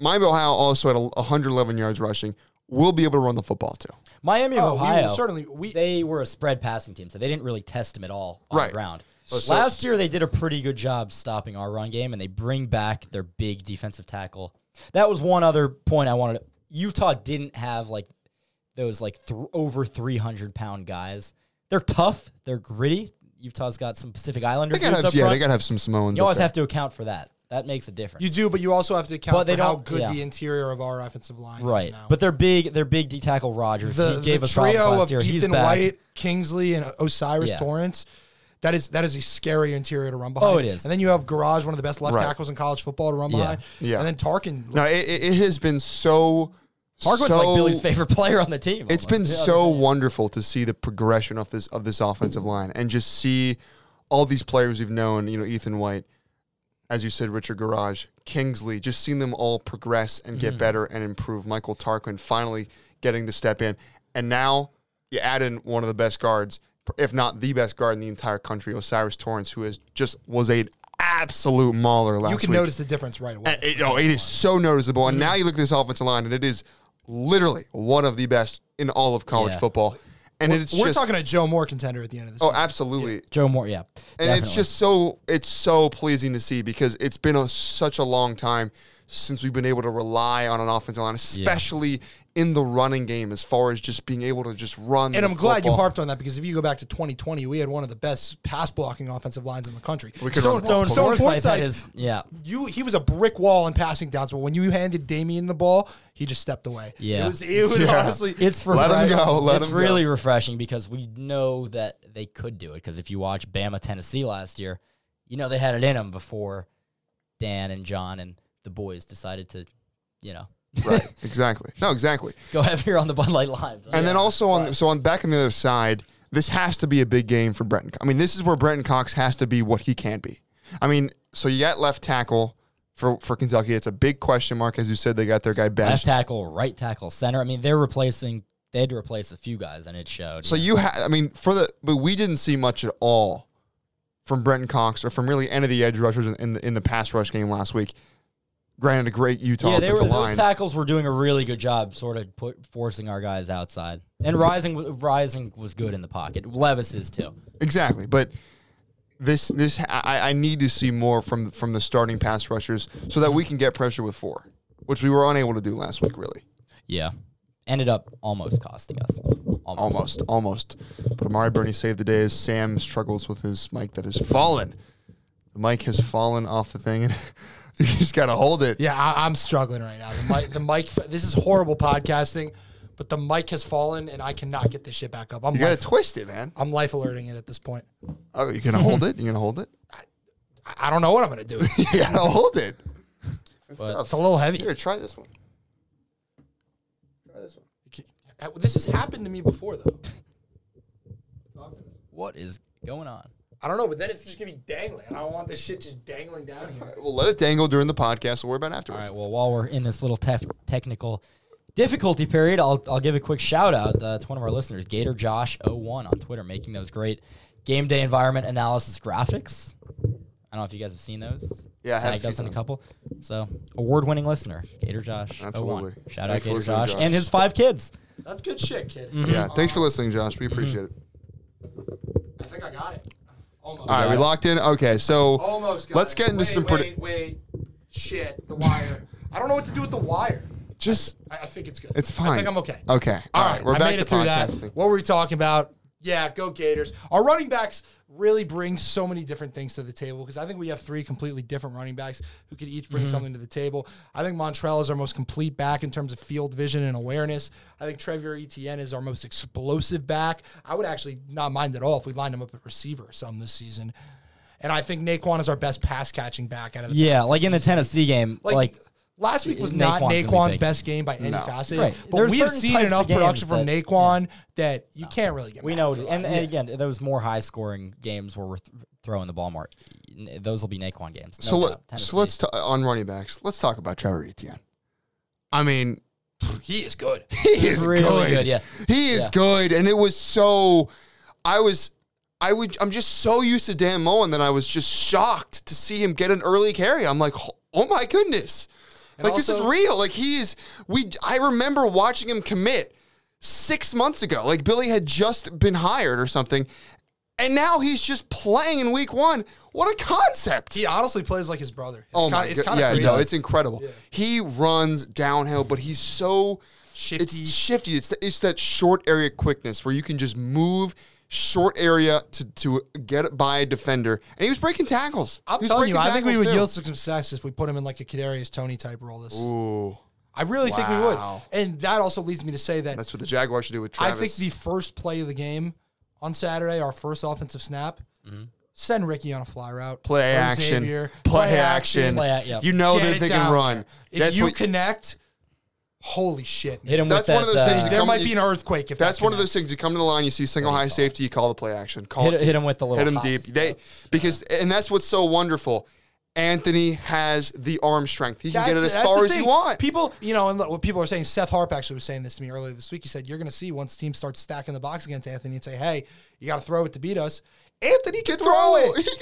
Miami Ohio also had a- 111 yards rushing. We'll be able to run the football too.
Miami of
Oh, we will
Ohio
certainly- we-
they were a spread passing team, so they didn't really test him at all on
Right. Oh,
the ground. Last year they did a pretty good job stopping our run game, and they bring back their big defensive tackle. That was one other point I wanted. To, Utah didn't have like those like th- over three hundred pound guys. They're tough. They're gritty. Utah's got some Pacific Islander
They gotta
dudes
have,
up
yeah,
front.
they gotta have some Samoans.
you
up
always
there.
have to account for that. That makes a difference.
You do, but you also have to account
But they
for how
don't-
good
yeah.
the interior of our offensive line
right,
is now.
but they're big. They're big D tackle Rogers.
the,
he gave
the
us problems
trio
last
of
year. He's
Ethan
back.
White, Kingsley, and Osiris
Yeah.
Torrance. That is that is a scary interior to run behind.
Oh, it is.
And then you have Garage, one of the best left
Right.
tackles in college football, to run
Yeah.
behind.
Yeah.
And then Tarkin.
No, it, it it has been so.
Harkwood's
so,
like Billy's favorite player on the team.
It's
almost.
been
Yeah,
so
yeah.
wonderful to see the progression of this of this offensive line and just see all these players we've known, you know, Ethan White, as you said, Richard Garage, Kingsley, just seeing them all progress and
Mm.
get better and improve. Michael Tarquin finally getting to step in. And now you add in one of the best guards, if not the best guard in the entire country, Osiris Torrance, who is just was a absolute mauler last
you can
week.
notice the difference right away.
And it- oh, it is so noticeable.
Mm.
And now you look at this offensive line, and it is literally one of the best in all of college
Yeah.
football. And it's
We're
just,
talking a Joe Moore contender at the end of this.
oh,
season.
absolutely.
Joe Moore, yeah.
And
definitely.
it's just so it's so pleasing to see because it's been a, such a long time since we've been able to rely on an offensive line, especially in the running game, as far as just being able to just run.
and
the
I'm glad you
football.
harped on that because if you go back to 2020, we had one of the best pass blocking offensive lines in the country.
We could run the
Stone,
ball.
Stone
Forsythe
Forsythe,
had his- yeah.
you he was a brick wall in passing downs, but when you handed Damien the ball, he just stepped away.
Yeah.
it was, it was
Yeah.
honestly
It's
Let 'em
refreshing.
go, let
it's
'em go.
really refreshing because we know that they could do it. Because if you watch Bama Tennessee last year, you know they had it in them before Dan and John and the boys decided to, you know,
right? Exactly. No, exactly.
go heavier on the Bud Light Live.
And then also on so on back on the other side, this has to be a big game for Brenton. Co- I mean, this is where Brenton Cox has to be what he can be. I mean, so you got left tackle for for Kentucky. It's a big question mark, as you said. They got their guy
left
benched.
tackle, right tackle, center. I mean, they're replacing. They had to replace a few guys, and it showed.
So you had, I mean, for the but we didn't see much at all from Brenton Cox or from really any of the edge rushers in, in the in the pass rush game last week. Granted, a great Utah
yeah, they were,
offensive
those
line.
tackles were doing a really good job, sort of put, forcing our guys outside. And rising, w- rising was good in the pocket. Levis is too.
Exactly, but this this I, I need to see more from from the starting pass rushers so that we can get pressure with four, which we were unable to do last week. Really,
Yeah, ended up almost costing us. Almost.
almost, almost. But Amari Bernie saved the day as Sam struggles with his mic that has fallen. The mic has fallen off the thing, and you just gotta hold it.
Yeah, I, I'm struggling right now. The mic, the mic. This is horrible podcasting, but the mic has fallen, and I cannot get this shit back up. I'm
You gotta
life,
twist it, man.
I'm life alerting it at this point.
Oh, you gonna hold it? You gonna hold it?
I- I don't know what I'm gonna do. It's
You gotta hold it.
a little heavy.
Here, try this one.
Uh, This has happened to me before, though.
What is going on?
I don't know, but then it's just gonna be dangling. I don't want this shit just dangling down here.
We'll let it dangle during the podcast. We'll worry about it
All
afterwards.
right. Well, while we're in this little tef- technical Difficulty period. I'll, I'll give a quick shout out uh, to one of our listeners, Gator Josh 01 on Twitter, making those great game day environment analysis graphics. I don't know if you guys have seen those.
Yeah, I have
Tagged
seen
us in a
them.
couple. So, award winning listener, Gator Josh 01.
Absolutely.
Shout
Thanks
out
for
Gator
listening,
Josh,
Josh.
and his five kids.
That's good shit, kid.
Yeah.
uh,
Thanks for listening, Josh. We appreciate it.
I think I got it. Almost.
All right, we locked in. Okay, so
Almost got
let's
it.
get into
Wait,
some
Wait,
predict.
wait. Shit, the wire. I don't know what to do with the wire.
Just
I, I think it's good.
it's fine.
I think I'm okay.
Okay.
All right,
We're
I
back
made
to
it through
podcasting.
that. What were we talking about? Yeah, go Gators. Our running backs really bring so many different things to the table because I think we have three completely different running backs who could each
Mm-hmm.
bring something to the table. I think Montrell is our most complete back in terms of field vision and awareness. I think Trevor Etienne is our most explosive back. I would actually not mind at all if we lined him up at receiver some this season. And I think Naquan is our best pass catching back out of the
Yeah, like in the Tennessee game.
like,
Like,
last week was
Naquan's
not
gonna be
Naquan's
big.
best game by any facet.
Right.
But
There's
we have
certain
seen
types of
enough production
games
from
that-
Naquan that you can't really get.
we
mad
know.
for that.
And, and again, there was more high scoring games where we're th- throwing the ball more. N- Those will be Naquan games. No
So,
doubt.
let,
Tennessee.
so let's t- on running backs. Let's talk about Trevor Etienne. I mean,
he is good.
he is
really
good.
good, yeah.
he is
Yeah.
good, and it was so. I was, I would, I'm just so used to Dan Mullen that I was just shocked to see him get an early carry. I'm like, oh my goodness, like this
also-
is real. Like he is. We, I remember watching him commit six months ago. Like Billy had just been hired or something, and now he's just playing in week one. What a concept!
He honestly plays like his brother. It's
Oh
kinda,
my
it's
god!
kinda
Yeah,
crazy.
no, it's incredible. He runs downhill, but he's so
Shifty.
It's shifty. It's th- it's that short area quickness where you can just move short area to to get by a defender. And he was breaking tackles.
I'm
He was
telling you,
breaking
I think we
tackles,
would
too.
yield some success if we put him in like a Kadarius Tony type role. This, season.
Ooh,
I really think we would.
Wow.
And that also leads me to say that
that's what the Jaguars should do with
I
Travis.
think the first play of the game on Saturday, our first offensive snap,
Mm-hmm.
send Ricky on a fly route,
play
Or
action,
Xavier,
play, action.
Play act- yeah.
You know
Get
that
it
they can
down
run.
there. If
That's
you
what-
connect, holy shit, man.
hit him
That's
with
one of
that,
those things
uh,
that
there
Come-
might be an earthquake if
That's
that
one of those
connects.
things. You come to the line, you see single high safety, you call the play action. Call
Hit-
it
hit
deep.
him with the little
hit him
hop
deep. They because and that's what's so wonderful. Anthony has the arm strength. He can get it
That's-
as
that's
far
the
as you
thing.
want.
People, you know, and look, what people are saying, Seth Harp actually was saying this to me earlier this week. He said, You're going to see once teams start stacking the box against Anthony and say, Hey, you got to throw it to beat us. Anthony can throw it.
He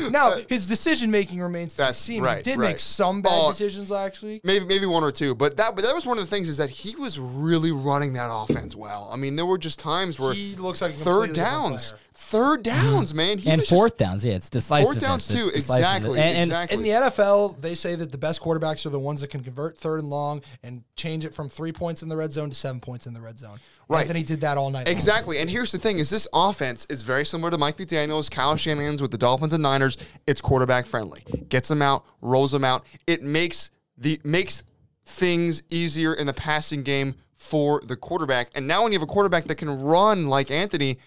throw.
Now, his decision making remains to be
That's
seen.
right,
He did
right.
make some bad
Oh.
decisions last week.
maybe maybe one or two, but that but that was one of the things is that he was really running that offense well. I mean, there were just times where
He looks like a
third
completely different
downs,
player.
third downs, man, he
and
was just-
fourth downs. Yeah, it's decisive.
fourth downs too, exactly, exactly.
In the NFL, they say that the best quarterbacks are the ones that can convert third and long and change it from three points in the red zone to seven points in the red zone.
Right.
Anthony did that all night. long.
Exactly. And here's the thing is this offense is very similar to Mike McDaniels, Kyle Shanahan's with the Dolphins and Niners. It's quarterback friendly. Gets them out, rolls them out. It makes the makes things easier in the passing game for the quarterback. And now when you have a quarterback that can run like Anthony,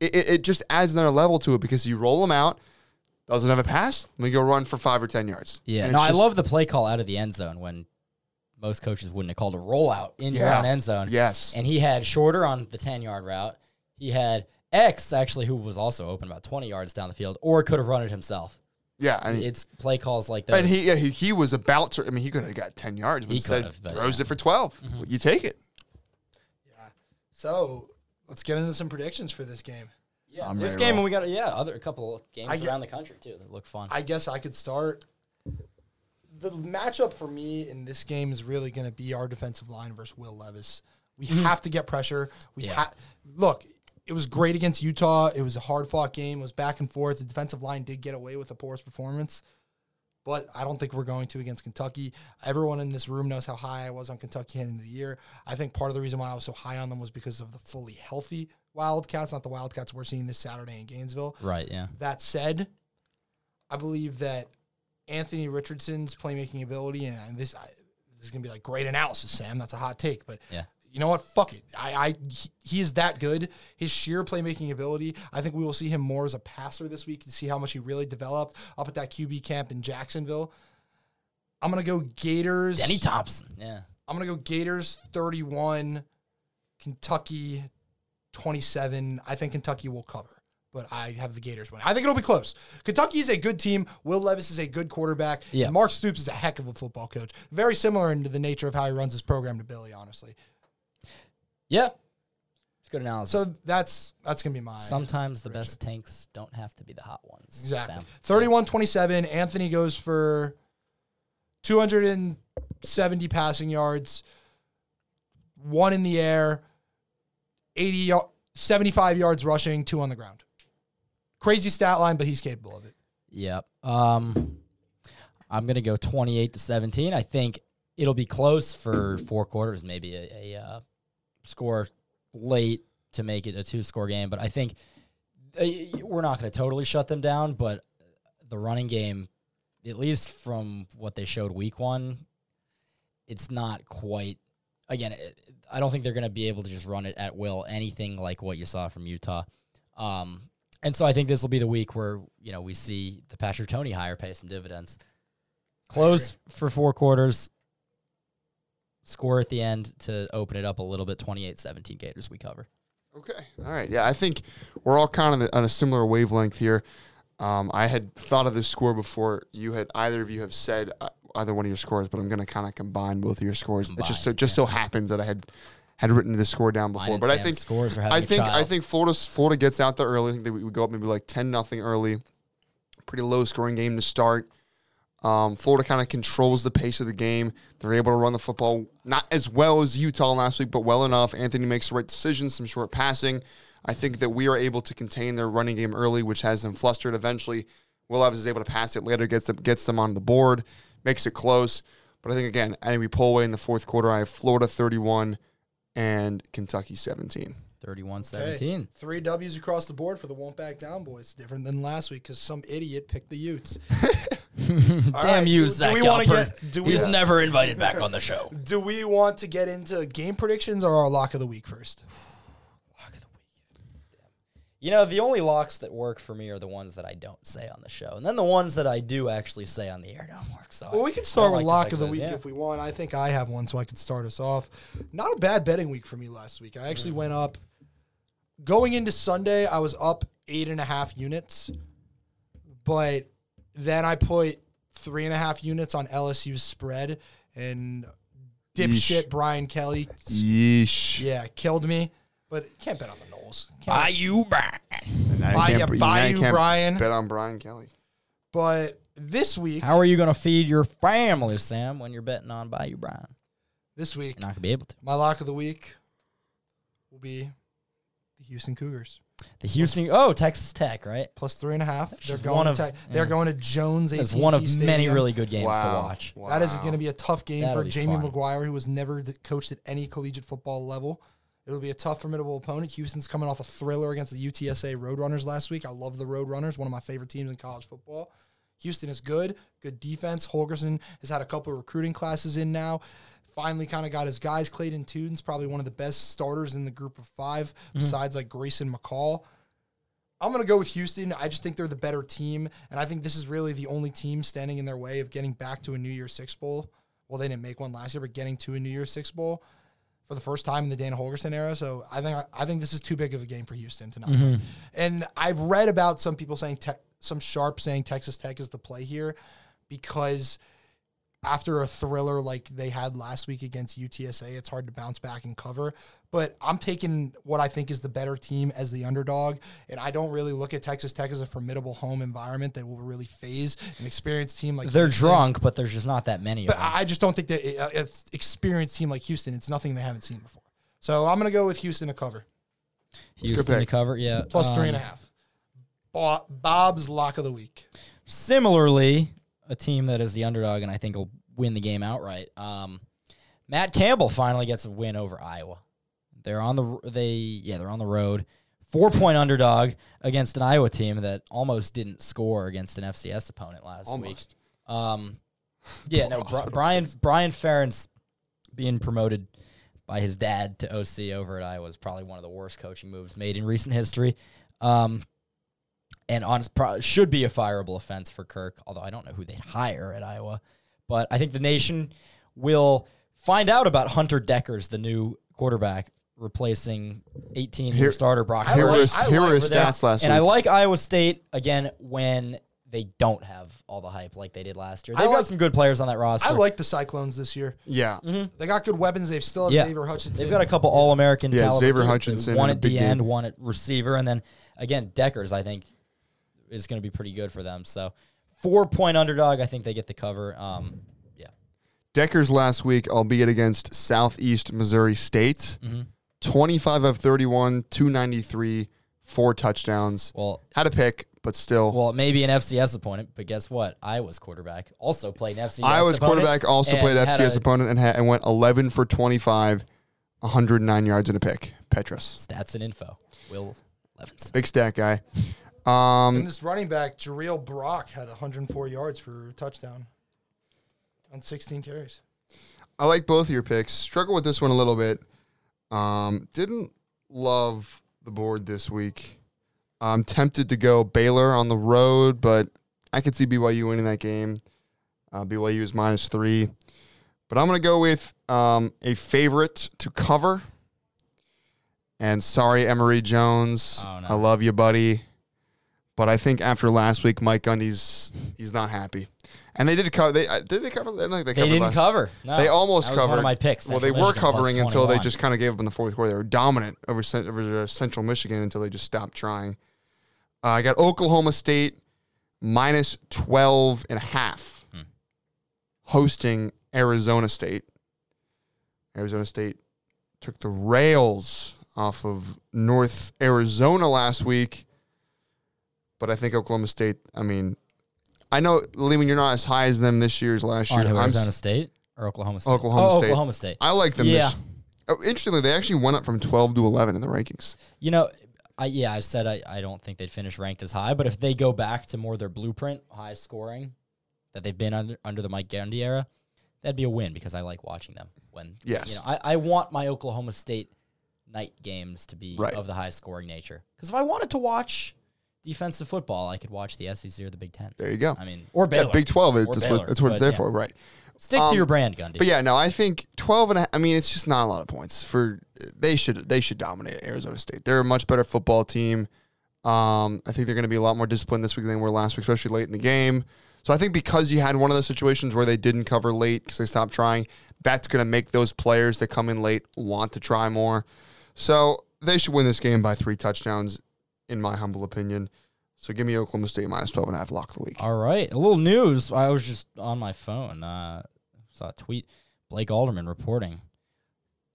it, it, it just adds another level to it because you roll them out, doesn't have a pass, let me go run for five or ten yards.
Yeah.
And
No,
it's
I
just-
love the play call out of the end zone when most coaches wouldn't have called a rollout in your
Yeah.
own end zone.
Yes.
And he had shorter on the 10 yard route. He had X, actually, who was also open about 20 yards down the field or could have run it himself.
yeah, and
It's play calls like that.
And he, yeah, he he was about to. I mean, he could have got ten yards, but
He
instead
could've, but Mm-hmm.
throws it for 12 You take it.
So let's get into some predictions for this game.
yeah,
I'm
this
ready to
game,
roll.
and we got, yeah, other a couple of games
I get-
around the country, too, that look fun.
I guess I could start. The matchup for me in this game is really going to be our defensive line versus Will Levis. We have to get pressure. We ha- look. It was great against Utah. It was a hard fought game. It was back and forth. The defensive line did get away with a porous performance, but I don't think we're going to against Kentucky. Everyone in this room knows how high I was on Kentucky heading into the year. I think part of the reason why I was so high on them was because of the fully healthy Wildcats, not the Wildcats we're seeing this Saturday in Gainesville.
right, yeah.
That said, I believe that Anthony Richardson's playmaking ability, and this I, this is gonna be like great analysis, Sam. That's a hot take, but
Yeah.
you know what? Fuck it. I, I he, he is that good. His sheer playmaking ability. I think we will see him more as a passer this week and see how much he really developed up at that QB camp in Jacksonville. I'm gonna go Gators.
Denny Thompson. Yeah.
I'm gonna go Gators 31, Kentucky 27. I think Kentucky will cover. but I have the Gators winning. I think it'll be close. Kentucky is a good team. Will Levis is a good quarterback.
Yeah.
And Mark Stoops is a heck of a football coach. Very similar into the nature of how he runs his program to Billy, honestly.
Yeah. It's good analysis.
So that's that's gonna be mine.
Sometimes the best tanks don't have to be the hot ones.
Exactly.
Sam.
31 27. Anthony goes for 270 passing yards, one in the air, 80 yard, 75 yards rushing, two on the ground. Crazy stat line, but he's capable of it.
Yep. Um, I'm gonna go 28 to 17. I think it'll be close for four quarters, maybe a, a uh, score late to make it a two score game. But I think uh, y- y- we're not gonna totally shut them down. But the running game, at least from what they showed week one, it's not quite. Again, it- I don't think they're going to be able to just run it at will. Anything like what you saw from Utah. Um, and so I think this will be the week where you know we see the Pastor Tony hire pay some dividends. Close for four quarters. Score at the end to open it up a little bit. 28-17 Gators we cover.
Okay. All right. Yeah, I think we're all kind of on a similar wavelength here. Um, I had thought of this score before you had either of you have said uh, either one of your scores, but I'm going to kind of combine both of your scores. it just so, just so happens that I had had written this score down before,
and
but I
Sam's
think
scores are having
I
a
think I
child.
think Florida Florida gets out there early. I think that we we go up maybe like ten nothing early. Pretty low scoring game to start. Um, Florida kind of controls the pace of the game. They're able to run the football not as well as Utah last week, but well enough. Anthony makes the right decisions, some short passing. I think that we are able to contain their running game early, which has them flustered. Eventually, Will Evans is able to pass it later, gets them gets them on the board, makes it close. But I think again, I think we pull away in the fourth quarter. I have Florida thirty-one and Kentucky seventeen.
31-17.
Three W's across the board for the Won't Back Down boys. Different than last week because some idiot picked the Utes.
Damn
right,
you,
do- do
Zach
we wanna
Galpin.
get- do we-
He's never invited back on the show.
Do we want to get into game predictions or our lock of the week first?
You know, the only locks that work for me are the ones that I don't say on the show, and then the ones that I do actually say on the air don't work. So
Well,
I
we can start
don't like
with lock
fact
of the
that-
week
yeah.
if we want. I think I have one, so I can start us off. Not a bad betting week for me last week. I actually went up going into Sunday. I was up eight and a half units, but then I put three and a half units on LSU's spread, and dipshit
Yeesh.
Brian Kelly,
Yeesh.
yeah, killed me. But can't bet on the Knowles. Can't
Are you back?
Buy ya- buy you, Brian.
Bet on Brian Kelly.
But this week,
How are you going to feed your family, Sam, when you're betting on Bayou Brian?
this week,
You're not going to be able to.
my lock of the week will be the Houston Cougars.
The Houston, oh, Texas Tech, right?
plus three and a half. They're
just
going
one
to
of-
Tech- they're
yeah.
going to Jones.
That's
AT&T
one of
Stadium.
many really good games to
Wow.
watch.
Wow.
That is going to be a tough game
That'll
for
be
Jamie
fun.
McGuire, who was never d- coached at any collegiate football level. It'll be a tough, formidable opponent. Houston's coming off a thriller against the UTSA Roadrunners last week. I love the Roadrunners, one of my favorite teams in college football. Houston is good, good defense. Holgerson has had a couple of recruiting classes in now. Finally, kind of got his guys. Clayton Tuden's probably one of the best starters in the group of 5
Mm-hmm.
besides like Grayson McCall. I'm going to go with Houston. I just think they're the better team. And I think this is really the only team standing in their way of getting back to a New Year's Six Bowl. Well, they didn't make one last year, but getting to a New Year's Six Bowl for the first time in the Dan Holgerson era. So I think I think this is too big of a game for Houston tonight. And I've read about some people saying, te- some sharp saying Texas Tech is the play here because after a thriller like they had last week against UTSA, it's hard to bounce back and cover. But I'm taking what I think is the better team as the underdog, and I don't really look at Texas Tech as a formidable home environment that will really phase an experienced team like
They're
Houston.
drunk, but there's just not that many
But
of them.
I I just don't think that a- a- an experienced team like Houston, it's nothing they haven't seen before. So I'm going to go with Houston to cover
Houston to
pick.
cover, yeah.
plus three and a
Um,
half. Bo- Bob's lock of the week.
Similarly, a team that is the underdog and I think will win the game outright. Um, Matt Campbell finally gets a win over Iowa. They're on the r- they yeah they're on the road, four point underdog against an Iowa team that almost didn't score against an FCS opponent last week.
Almost.
Um, yeah, no, Bri- Brian Brian Ferentz being promoted by his dad to OC over at Iowa is probably one of the worst coaching moves made in recent history. Um, and honest, pro- should be a fireable offense for Kirk, although I don't know who they'd hire at Iowa. But I think the nation will find out about Hunter Deckers, the new quarterback replacing 18
Here-
year starter Brock.
I
Here
like-
were,
I
here
like
were
where
his
they're at.
stats last
and
week.
I like Iowa State again when they don't have all the hype like they did last year.
I
They've got
like-
some good players on that roster.
I like the Cyclones this year.
yeah.
Mm-hmm.
They got good weapons. They still have
Yeah.
Xavier Hutchinson.
They've got a couple All American.
Yeah, Xavier
caliber dudes.
Hutchinson
One
and
at
a big
D end,
dude.
one at receiver, and then again Deckers. I think is going to be pretty good for them. So four point underdog. I think they get the cover. Um, yeah,
Deckers last week, albeit against Southeast Missouri State,
Mm-hmm.
25 of 31, 293, four touchdowns.
Well-
had a pick, but still.
Well, it may be an FCS opponent, but guess what? Iowa's quarterback also played an FCS.
Iowa's
opponent
quarterback also
and
played
had
FCS
a-
opponent and, ha- and went 11 for 25, 109 yards and a pick. Petrus.
Stats and info. Will Levinson.
Big stat guy. Um,
And this running back, Jareel Brock, had 104 yards for a touchdown on 16 carries.
I like both of your picks. Struggle with this one a little bit. Um, didn't love the board this week. I'm tempted to go Baylor on the road, but I could see BYU winning that game. Uh, BYU is minus three, but I'm going to go with um, a favorite to cover. And sorry, Emery Jones,
Oh, no.
I love you, buddy, but I think after last week, Mike Gundy's he's not happy. And they did cover. They uh, did they cover. I don't think they
They
covered
didn't
last-
cover. No,
they almost
that was
covered.
one of my picks.
Well, they
Central
were
Michigan plus
covering until they
21.
just kind of gave up in the fourth quarter. They were dominant over, Cent- over uh, Central Michigan until they just stopped trying. Uh, I got Oklahoma State minus 12 and a half
Hmm.
hosting Arizona State. Arizona State took the rails off of North Arizona last week. But I think Oklahoma State, I mean, I know, Lehman, you're not as high as them this year as last year.
On who,
I'm s-
Oh, Arizona State or Oklahoma State?
Oklahoma
Oh,
State.
Oklahoma State.
I like them.
Yeah.
This, oh, interestingly, they actually went up from 12 to 11 in the rankings.
You know, I yeah, I said I, I don't think they'd finish ranked as high, but if they go back to more their blueprint, high scoring that they've been under under the Mike Gundy era, that'd be a win because I like watching them when
Yes.
you know, I, I want my Oklahoma State night games to be
Right.
of the high scoring nature. Because if I wanted to watch defensive football, I could watch the SEC or the Big Ten.
There you go.
I mean or
Yeah,
Baylor.
Big 12,
Or
it's just
Baylor,
what, that's what it's
but
there
yeah.
for, right?
Stick
Um,
to your brand, Gundy.
But yeah, no, I think 12 and a, I mean, it's just not a lot of points for they should they should dominate Arizona State. They're a much better football team. Um, I think they're going to be a lot more disciplined this week than they were last week, especially late in the game. So I think because you had one of those situations where they didn't cover late because they stopped trying, that's going to make those players that come in late want to try more. So they should win this game by three touchdowns, in my humble opinion. So give me Oklahoma State minus 12 and a half lock of the week.
All right. A little news. I was just on my phone. Uh, saw a tweet. Blake Alderman reporting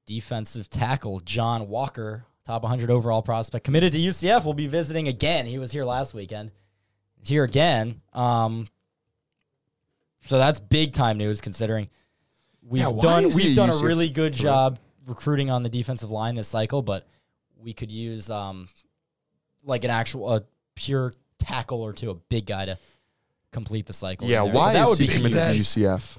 defensive tackle John Walker, top 100 overall prospect, committed to UCF, will be visiting again. He was here last weekend. He's here again. Um, so that's big time news considering we've
Yeah, why
done
is he
we've
a
done a
UCF
really good
career?
job recruiting on the defensive line this cycle, but we could use um, like an actual a pure tackle or two, a big guy to complete the cycle.
Yeah,
in there. So
why
that
is
would
he
be
committed to
huge.
UCF?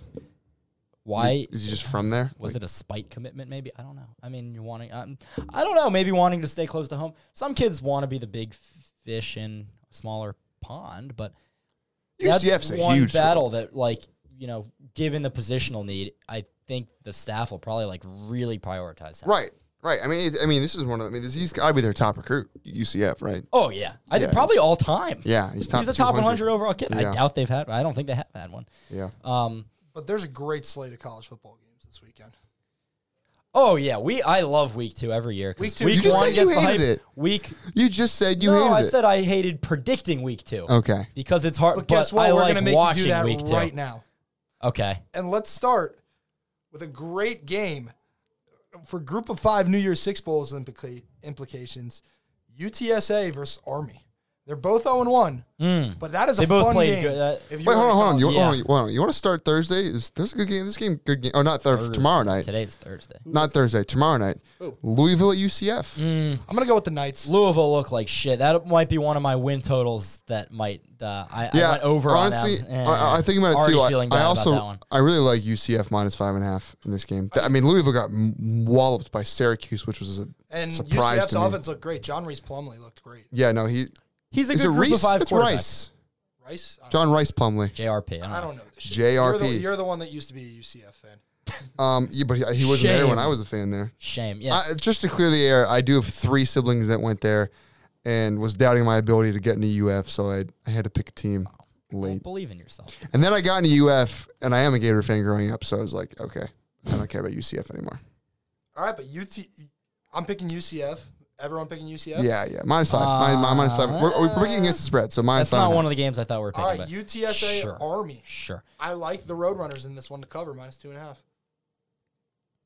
Why
Is he just from there?
was it a spite commitment? Maybe I don't know. I mean, you're wanting um, I don't know. Maybe wanting to stay close to home. Some kids want to be the big fish in a smaller pond, but
UCF's
that's
a
one
huge
battle that, like you know, given the positional need, I think the staff will probably like really prioritize him.
Right, right. I mean, it, I mean, this is one of. I mean, this, he's got to be their top recruit, UCF, right?
Oh yeah, I
Yeah.
probably all time.
Yeah, he's top.
He's a top 100 overall kid.
Yeah.
I doubt they've had. I don't think they have had one.
Yeah,
Um,
But there's a great slate of college football games this weekend.
Oh yeah, we I love week two every year. 'cause
Week two-
week
You just
one
said you
gets the hype.
hated it.
Week
you just said you
no,
hated
I
it.
said I hated predicting week two.
okay,
because it's hard.
But guess what?
I
We're
like
going to make you
watching
do that
week two.
right now.
Okay,
And let's start with a great game for Group of Five New Year's Six Bowls implica- implications. UTSA versus Army. They're both 0 1,
Mm.
but that is
They
a
both
fun
played
game.
good, uh,
if you
wait,
were
hold on,
in
hold on. You,
college.
Yeah.
hold on, hold on. You want to start Thursday? Is there's a good game? This game, good game. Oh, not Thursday. Tomorrow night.
Today's Thursday.
Not Thursday. Tomorrow night. Louisville at UCF.
Mm,
I'm going to go with the Knights.
Hmm, Louisville looked like shit. That might be one of my win totals that might. Uh, I, I went over
honestly,
on them.
I, I
and
think about it
already
too. I-
Feeling
I,
bad
also,
about that one.
I really like UCF minus five and a half in this game. Th- I mean, Louisville got m- walloped by Syracuse, which was a
And
surprise
UCF's
to me.
offense looked great. John Reese Plumley looked great.
Yeah, no, he
He's a
is
good
it
group
Rice?
of five
That's
quarterback.
Rice.
Rice? I don't,
John Rice Plumley.
JRP. I don't,
I
know.
don't know this shit. You're the,
JRP.
you're the one that used to be a UCF fan.
Um, yeah, but he, he wasn't there when
Shame.
I was a fan there.
Shame. Yeah.
I, just to clear the air, I do have three siblings that went there, and was doubting my ability to get into UF, so I I had to pick a team
Don't
late.
believe in yourself.
And then I got into UF, and I am a Gator fan growing up, so I was like, okay, I don't care about UCF anymore.
All right, but UT, I'm picking UCF. Everyone picking UCF.
Yeah, yeah, minus five, Min- min- minus five. We're, we're picking against the spread, so minus
That's
five.
not one of the games I thought we were
All
picking.
right,
but
UTSA
Sure.
Army.
Sure.
I like the Roadrunners in this one to cover minus two and a half.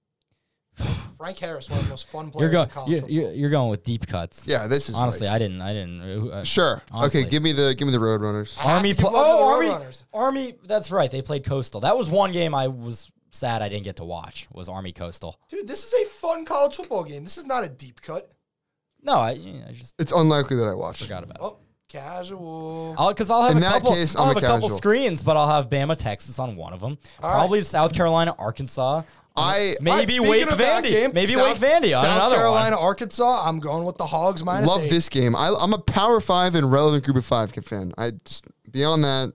Frank Harris, one of the most fun
You're
players
going.
in college
You're,
football.
you're, you're going with deep cuts.
yeah, this is
Honestly,
like-
I didn't. I didn't. uh,
sure.
honestly.
Okay, give me the give me the Roadrunners.
have
Army.
to give
Pl-
love to the
oh, Army.
Roadrunners.
Army. That's right. They played Coastal. That was one game I was sad I didn't get to watch. Was Army Coastal?
Dude, this is a fun college football game. This is not a deep cut.
No, I. yeah, I just
It's unlikely that I watch.
forgot about it.
Oh, casual.
I'll because I'll have
In
a
that
couple.
case,
I'll
I'm
have
a
a couple
casual.
screens, but I'll have Bama, Texas on one of them.
All
Probably South Carolina, Arkansas.
I
Maybe
All
Wake
right, speaking of that
Vandy.
game,
Maybe
South-
Wake Vandy on
South
another
Carolina,
one.
Arkansas. I'm going with the Hogs minus
love
eight.
this game. I, I'm a Power Five and relevant Group of Five fan. I just beyond that,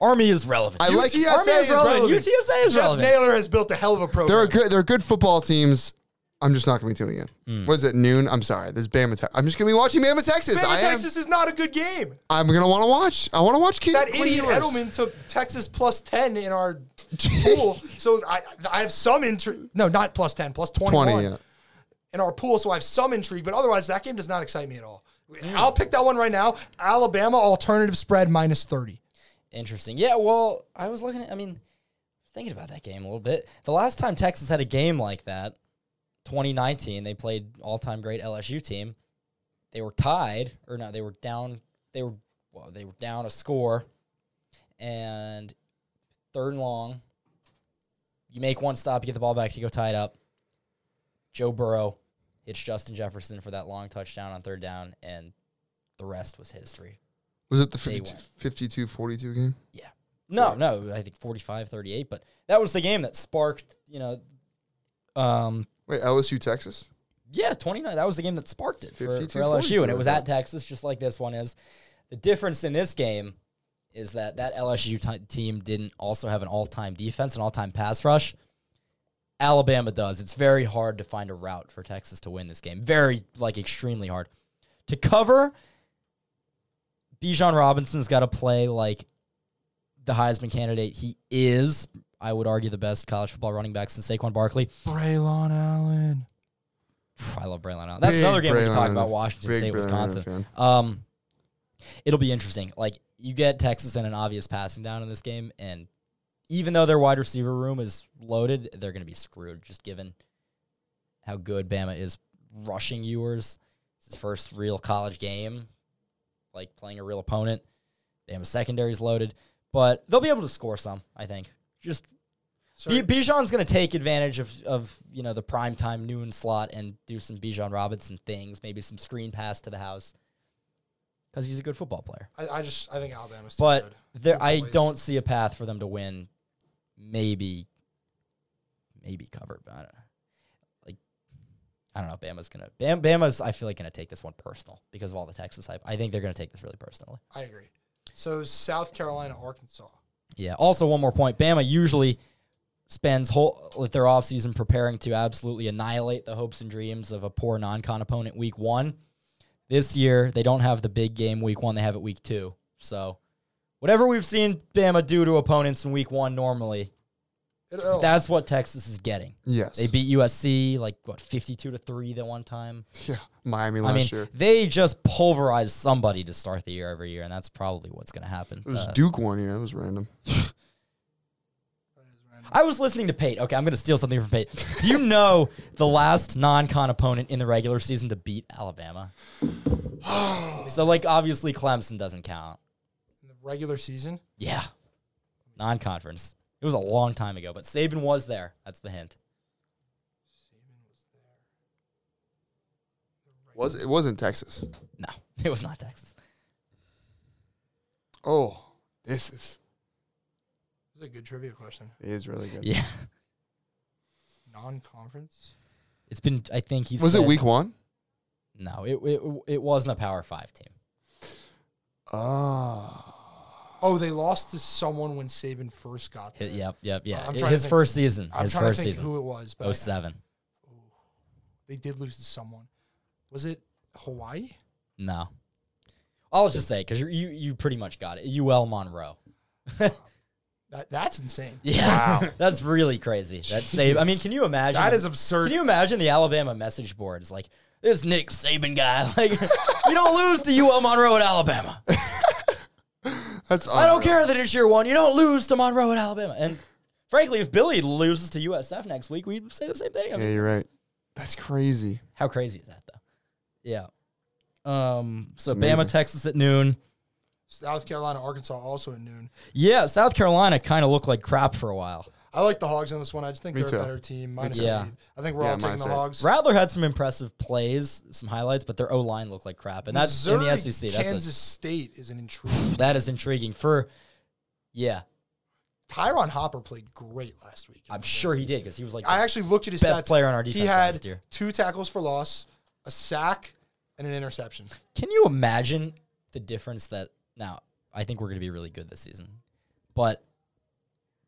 Army is relevant.
I like.
UTSA
Army is
is
relevant.
relevant.
UTSA is
Jeff
relevant.
Naylor has built a hell of a program.
They're a good. They're good football teams. I'm just not going to be tuning in.
Mm.
What is it? Noon. I'm sorry. There's Bama. Te- I'm just going to be watching Bama, Texas.
Bama,
I am-
Texas is not a good game.
I'm going to want to watch. I want to watch. Ke-
That
Quinn
idiot
Ewers.
Edelman took Texas plus ten in our pool, so I I have some intrigue. No, not plus ten, plus twenty-one
Twenty. Yeah.
in our pool, so I have some intrigue. But otherwise, that game does not excite me at all.
Mm.
I'll pick that one right now. Alabama alternative spread minus thirty.
Interesting. Yeah. Well, I was looking at. I mean, thinking about that game a little bit. The last time Texas had a game like that, 2019, they played all-time great LSU team. They were tied, or no, they were down. They were well, they were down a score, and third and long. You make one stop, you get the ball back, you go tie it up. Joe Burrow hits Justin Jefferson for that long touchdown on third down, and the rest was history.
Was it the
They
52, 52 42 game?
Yeah. No, no, I think 45 38, but that was the game that sparked, you know, um
Wait, LSU Texas.
yeah, 29. That was the game that sparked it for,
52,
for LSU and it
42,
was
I
at
think.
Texas just like this one is. The difference in this game is that that LSU ti- team didn't also have an all-time defense and all-time pass rush. Alabama does. It's very hard to find a route for Texas to win this game. Very like extremely hard. To cover Bijan Robinson's got to play like the Heisman candidate he is. I would argue the best college football running back since Saquon Barkley.
Braylon Allen.
Phew, I love Braylon Allen. That's
Big
another game we
Braylon
can talk
Allen.
about Washington
Big
State,
Braylon Allen
Wisconsin. Um, it'll be interesting. Like you get Texas in an obvious passing down in this game, and even though their wide receiver room is loaded, they're going to be screwed just given how good Bama is rushing Ewers. It's his first real college game, like playing a real opponent. Bama's secondary's loaded, but they'll be able to score some. I think just B- Bijan's going to take advantage of, of you know the prime time noon slot and do some Bijan Robinson things, maybe some screen pass to the house because he's a good football player.
I, I just I think Alabama's too
But
good.
there,
Too
I
poised.
don't see a path for them to win. Maybe, maybe cover, but I don't know. like I don't know. Bama's gonna Bam, Bama's. I feel like gonna take this one personal because of all the Texas hype. I think they're gonna take this really personally.
I agree. So South Carolina, Arkansas.
Yeah. Also, one more point. Bama usually spends whole with their offseason preparing to absolutely annihilate the hopes and dreams of a poor non-con opponent week one. This year, they don't have the big game week one. They have it week two. So, whatever we've seen Bama do to opponents in week one normally,
It- oh, it'll-
that's what Texas is getting.
Yes.
They beat USC like what fifty-two to three that one time.
yeah. Miami
I
last
mean,
year.
they just pulverized somebody to start the year every year, and that's probably what's going to happen.
It was
Uh,
Duke one year. That was random.
I was listening to Pate. Okay, I'm going to steal something from Pate. Do you know the last non-con opponent in the regular season to beat Alabama? so, like, obviously Clemson doesn't count.
in the regular season.
Yeah, non-conference. It was a long time ago, but Saban was there. That's the hint.
Was it wasn't Texas?
No, it was not Texas.
Oh, this is
This is a good trivia question.
it is really good.
Yeah,
Non-conference.
it's been. I think he's.
Was it week one?
No, it, it it wasn't a Power Five team.
Ah.
Oh, they lost to someone when Saban first got there.
Hi- Yep, yep, yeah.
I'm
Hi-
trying to
his
think-
first season.
I'm
his
trying to
first
think
season.
who it was, but I-
Oh seven.
they did lose to someone. Was it Hawaii?
No. I'll just say because you you pretty much got it. UL Monroe.
That that's insane.
Yeah, that's really crazy. That's Saban. I mean, can you imagine?
That is absurd.
Can you imagine the Alabama message boards like this Nick Saban guy? Like, you don't lose to UL Monroe at Alabama.
That's
I don't care that it's year one. You don't lose to Monroe at Alabama. And frankly, if Billy loses to USF next week, we'd say the same thing. I mean,
Yeah, you're right. That's crazy.
How crazy is that, though? Yeah. Um. So
It's
Bama,
amazing.
Texas at noon.
South Carolina, Arkansas also at noon.
Yeah, South Carolina kind of looked like crap for a while.
I like the Hogs on this one. I just think
Me
they're
too.
a better team. Minus
too.
eight.
Yeah.
I think we're
Yeah,
all taking
minus
the
eight.
Hogs.
Rattler had some impressive plays, some highlights, but their O line looked like crap, and that's in the
Missouri,
SEC. That's a-
Kansas State is an intriguing.
That is intriguing. For yeah,
Tyron Hopper played great last week.
I'm sure he did because he was like
I actually looked at his
Best
stats.
player on our
He
defense
had
last year.
two tackles for loss, a sack, and an interception.
Can you imagine the difference that now? I think we're going to be really good this season, but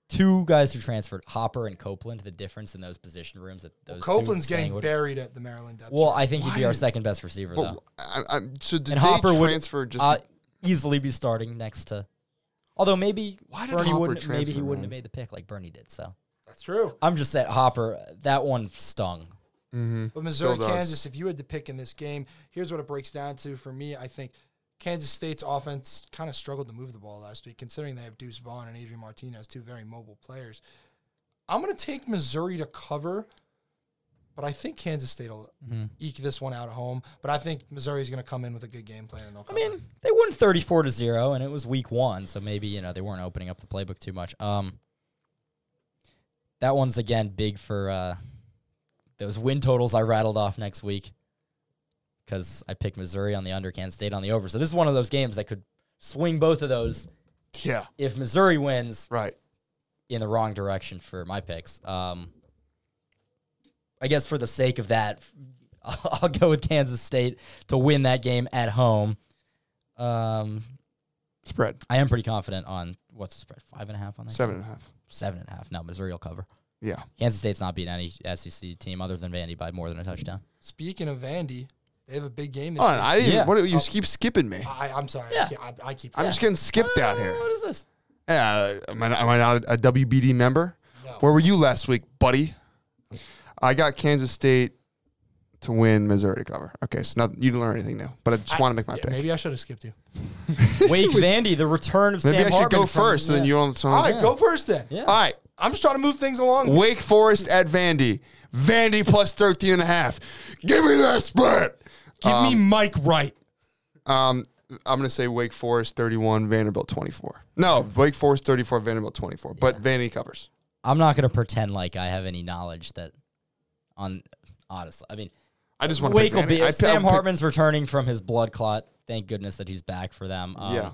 two guys who transferred, Hopper and Copeland, the difference in those position rooms that those
Well,
two
Copeland's
staying
getting
would-
buried at the Maryland depth.
Well,
chart.
I think he'd be our second best receiver
But
though,
I, I'm so did
and
they
Hopper
transfer
would
just
uh, easily be starting next to. Although maybe
Why did
Bernie
Hopper
wouldn't, maybe he
transfer,
wouldn't
man?
have made the pick like Bernie did. So
that's true.
I'm just saying Hopper. That one stung.
But Missouri,
Still does.
Kansas, if you had to pick in this game, here's what it breaks down to for me. I think Kansas State's offense kind of struggled to move the ball last week, considering they have Deuce Vaughn and Adrian Martinez, two very mobile players. I'm going to take Missouri to cover, but I think Kansas State will
Mm-hmm.
eke this one out at home. But I think Missouri's going to come in with a good game plan and they'll
I
cover.
mean, they won 34 to 0 and it was week 1, so maybe, you know, they weren't opening up the playbook too much. Um That one's again big for uh those win totals I rattled off next week cuz I picked Missouri on the under, Kansas State on the over. So this is one of those games that could swing both of those
yeah
if Missouri wins
right
in the wrong direction for my picks. Um I guess for the sake of that, I'll go with Kansas State to win that game at home. Um,
spread
I am pretty confident on what's the spread five and a half on that
seven and a half.
seven and a half. No, Missouri will cover.
Yeah,
Kansas State's not beating any SEC team other than Vandy by more than a touchdown.
Speaking of Vandy, they have a big game. This
Hold on,
week.
Oh, I didn't.
Yeah. Oh.
What are- you keep skipping me?
I, I'm sorry.
Yeah.
I, keep, I, I keep
I'm just getting skipped out here.
What is this?
Yeah, am I, am I not a WBD member?
No.
Where were you last week, buddy? I got Kansas State to win, Missouri to cover. Okay, so not, you didn't learn anything new, but I just want to make my
Yeah,
pick. Maybe,
maybe I should have skipped you.
Wake Vandy, the return of Sam
I should
Hartman
go
from-
first, so then you don't. So
All right, go first then.
Yeah.
All right.
I'm just trying to move things along.
Wake Forest at Vandy. Vandy plus 13 and a half. Give me that spread.
Give me Mike Wright.
Um, I'm going to say Wake Forest 31, Vanderbilt 24. No, Wake Forest 34, Vanderbilt 24. But Vandy covers.
I'm not going to pretend like I have any knowledge that on honestly. I mean,
I just want to
Wake will be Sam Hartman's returning from his blood clot. Thank goodness that he's back for them. Um,
Yeah.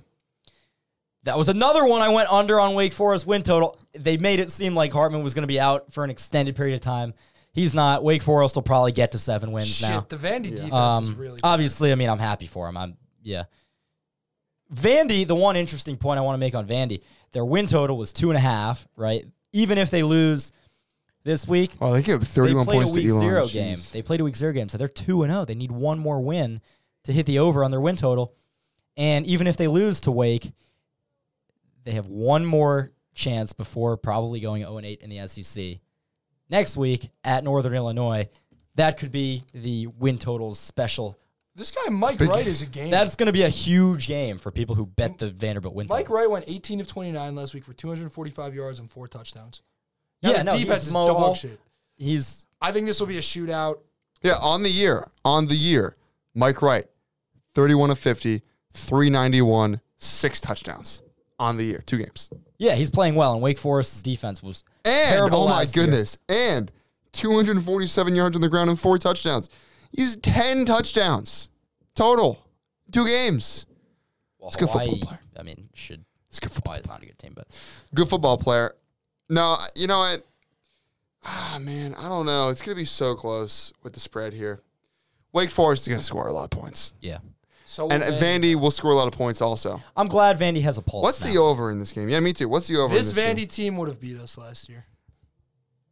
That was another one I went under on Wake Forest win total. They made it seem like Hartman was going to be out for an extended period of time. He's not. Wake Forest will probably get to seven wins
Shit,
now.
the Vandy defense is
Um,
really.
obviously, I mean, I'm happy for him. I'm yeah. Vandy, the one interesting point I want to make on Vandy, their win total was two and a half. Right, even if they lose this week,
Well, they give
they
31
played
points
a week
to Elon.
zero
Jeez.
game. They played a week zero game, so they're two and zero. They need one more win to hit the over on their win total, and even if they lose to Wake, they have one more chance before probably going zero and eight in the SEC next week at Northern Illinois. That could be the win totals special.
this guy Mike
Speaking-
Wright is a game.
That's going to be a huge game for people who bet the Vanderbilt win.
Mike
total.
Wright went 18 of 29 last week for 245 yards and four touchdowns. Now
yeah,
the
no,
defense
he's
is
mobile.
dog shit.
He's
I think this will be a shootout.
Yeah, on the year. On the year. Mike Wright, 31 of 50, 391, six touchdowns on the year, two games.
yeah, he's playing well, and Wake Forest's defense was
And
terrible
oh my
last year.
goodness, and 247 yards on the ground and four touchdowns. He's 10 touchdowns total, two games.
Well,
It's a good football
Hawaii,
player.
I mean, should
It's good football.
Hawaii is not a good team, but
Good football player. No, you know what? Ah man, I don't know. It's gonna be so close with the spread here. Wake Forest is gonna score a lot of points.
yeah.
So
and
Vandy.
Vandy will score a lot of points also.
I'm glad Vandy has a pulse.
What's
now.
the over in this game? Yeah, me too. What's the over?
This
in this game?
Vandy team would have beat us last year.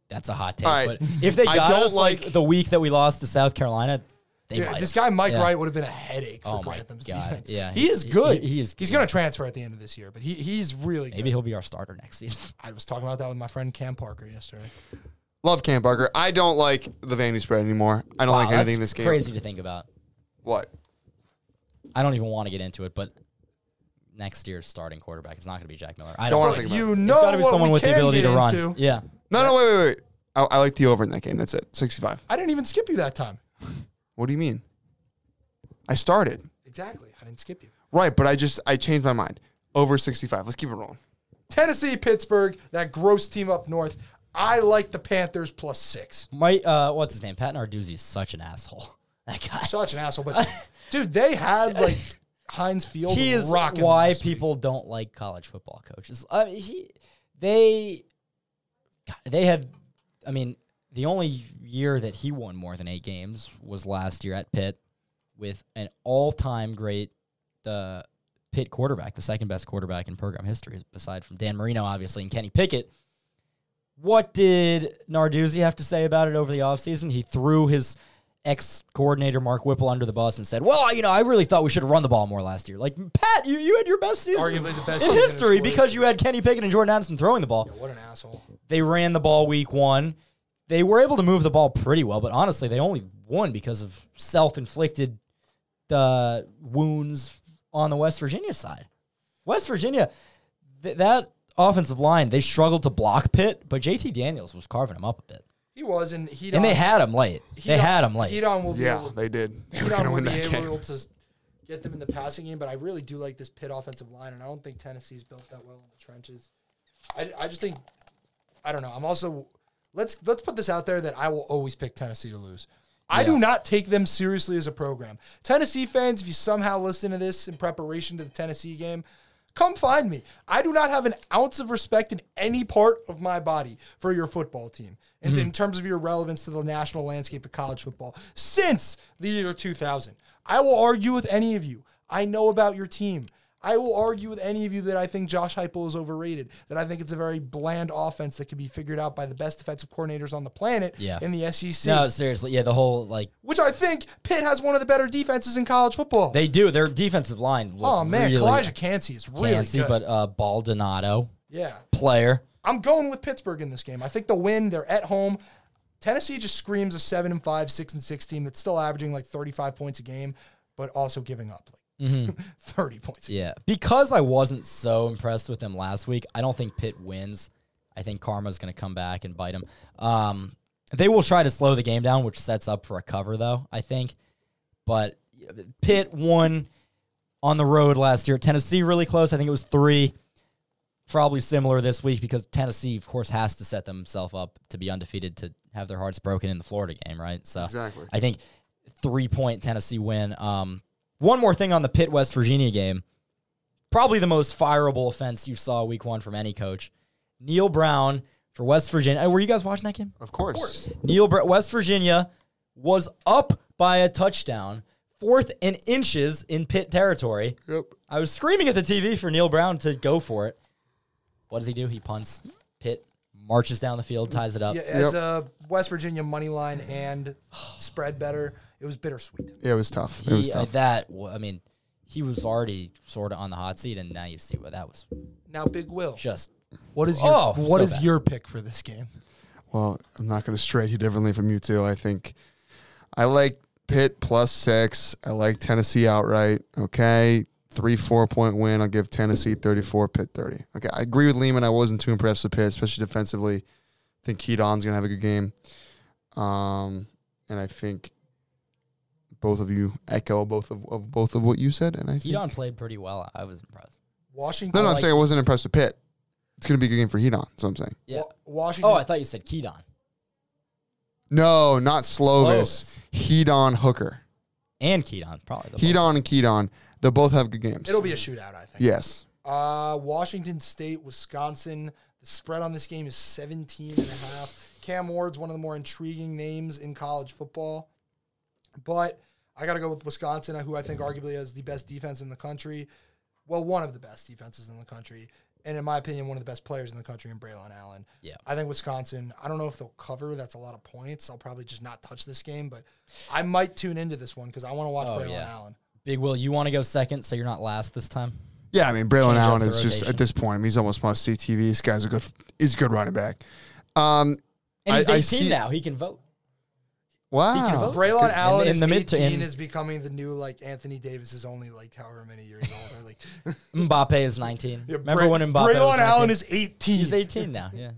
That's a hot take.
All right.
But if they
I
got
don't
us like,
like-
the week that we lost to South Carolina, they
Yeah,
might
this
have.
guy Mike
Yeah.
Wright would have been a headache for
Oh my
Grantham's
God,
defense.
yeah,
he
he's-
is good.
he- he is-
He's
yeah.
going to transfer at the end of this year, but he he's really
Maybe
good.
he'll be our starter next season.
I was talking about that with my friend Cam Parker yesterday.
Love Cam Parker. I don't like the Vandy spread anymore. I don't
Wow,
like anything in
that's
this game.
Crazy to think about.
What?
I don't even want to get into it, but next year's starting quarterback is not going to be Jack Miller. I
Don't
don't
wanna
want
think about it.
You
It's
know
got to be
what
someone
we
with the
can
ability to
get
run.
into.
Yeah.
No, no, wait, wait, wait. I, I like the over in that game. That's it. 65.
I didn't even skip you that time.
What do you mean? I started.
Exactly. I didn't skip you.
Right, but I just I changed my mind. Over 65. Let's keep it rolling.
Tennessee, Pittsburgh, that gross team up north. I like the Panthers plus six.
My uh, what's his name? Pat Narduzzi is such an asshole. That guy.
Such an asshole, but dude, they had like Heinz Field.
he is
rocking
why
last week.
people don't like college football coaches. I mean, he, they, God, they had. I mean, the only year that he won more than eight games was last year at Pitt, with an all-time great uh, Pitt quarterback, the second best quarterback in program history, aside from Dan Marino, obviously, and Kenny Pickett. What did Narduzzi have to say about it over the offseason? He threw his ex coordinator Mark Whipple under the bus and said, Well, you know, I really thought we should have run the ball more last year. Like, Pat, you, you had your best season
Arguably the best
in
season in
history
sports.
because you had Kenny Pickett and Jordan Addison throwing the ball.
What an asshole.
They ran the ball week one. They were able to move the ball pretty well, but honestly, they only won because of self inflicted uh, wounds on the West Virginia side. West Virginia, th- that offensive line, they struggled to block Pitt, but JT Daniels was carving him up a bit.
He was, and he
And they had him late. They had him late.
Hedon will be
Yeah,
able-
they did. They
Hedon
were going to
will
win
be
that
able
game.
to get them in the passing game, but I really do like this pit offensive line, and I don't think Tennessee's built that well in the trenches. I, I just think I don't know. I'm also let's let's put this out there that I will always pick Tennessee to lose. I do not take them seriously as a program. Tennessee fans, if you somehow listen to this in preparation to the Tennessee game, come find me. I do not have an ounce of respect in any part of my body for your football team and in terms of your relevance to the national landscape of college football since the year 2000. I will argue with any of you. I know about your team. I will argue with any of you that I think Josh Heupel is overrated. That I think it's a very bland offense that can be figured out by the best defensive coordinators on the planet
Yeah.
in the SEC.
No, seriously. Yeah, the whole, like,
Which I think Pitt has one of the better defenses in college football.
they do. Their defensive line looked
oh man,
really
Kalijah Cansey is really
fancy,
good.
but uh, Baldonado,
yeah,
player.
I'm going with Pittsburgh in this game. I think they'll win. They're at home. Tennessee just screams a seven and five, six and six team that's still averaging like 35 points a game, but also giving up like
Mm-hmm.
30 points. a
Yeah. Because I wasn't so impressed with them last week, I don't think Pitt wins. I think Karma's going to come back and bite him. Um, they will try to slow the game down, which sets up for a cover, though, I think. But Pitt won on the road last year. Tennessee really close. I think it was three. Probably similar this week because Tennessee, of course, has to set themselves up to be undefeated to have their hearts broken in the Florida game, right? So
Exactly.
I think three point Tennessee win. Um, one more thing on the Pitt West Virginia game. Probably the most fireable offense you saw week one from any coach. Neil Brown for West Virginia. uh, Were you guys watching that game?
Of course.
Neil Brett, West Virginia was up by a touchdown, fourth and inches in pit territory.
Yep.
I was screaming at the TV for Neil Brown to go for it. What does he do? He punts. Pitt marches down the field, ties it up.
Yeah, as a West Virginia money line and spread better, it was bittersweet.
Yeah, it was tough. It
He-
was
uh,
tough.
that wa- I mean, he was already sort of on the hot seat, and now you see what that was.
Now, Big Will,
Just
what is your
Oh,
what is
so bad.
your pick for this game?
Well, I'm not going to stray you differently from you two. I think I like Pitt plus six. I like Tennessee outright. Okay. Three, four point win. I'll give Tennessee 34, Pitt 30. Okay. I agree with Lehman. I wasn't too impressed with Pitt, especially defensively. I think Keaton's going to have a good game. Um, and I think both of you echo both of, of both of what you said. And I think.
Hedon played pretty well. I was impressed.
Washington.
no, no, I'm
like-
saying I wasn't impressed with Pitt. It's going to be a good game for Heaton. So I'm saying.
Yeah.
Wa- Washington.
Oh, I thought you said Kedon.
No, not Slovis.
Slovis.
Heaton Hooker.
and Kedon probably. The most-
Heaton and Keaton, they'll both have good games.
It'll be a shootout, I think.
yes.
Uh, Washington State, Wisconsin. The spread on this game is 17 and a half. Cam Ward's one of the more intriguing names in college football. But I got to go with Wisconsin, who I think arguably has the best defense in the country. Well, one of the best defenses in the country, and in my opinion, one of the best players in the country in Braylon Allen.
Yeah.
I think Wisconsin. I don't know if they'll cover. That's a lot of points. I'll probably just not touch this game, but I might tune into this one because I want to watch
Oh,
Braylon
yeah.
Allen.
Big Will, you want to go second, so you're not last this time.
Yeah, I mean Braylon
Change up
Allen
the
is just
rotation.
at this point. I mean, he's almost must see TV. This guy's a good. He's a good running back. Um,
And he's
I- I
18
see-
now; he can vote.
wow.
vote.
Braylon
It's
Allen
in
is
the mid to
18
in-
is becoming the new like Anthony Davis is only like however many years older. Like
Mbappe is 19.
yeah,
Remember
Bray-
when Mbappe? was
Braylon
19?
Allen is 18.
He's 18 now. Yeah.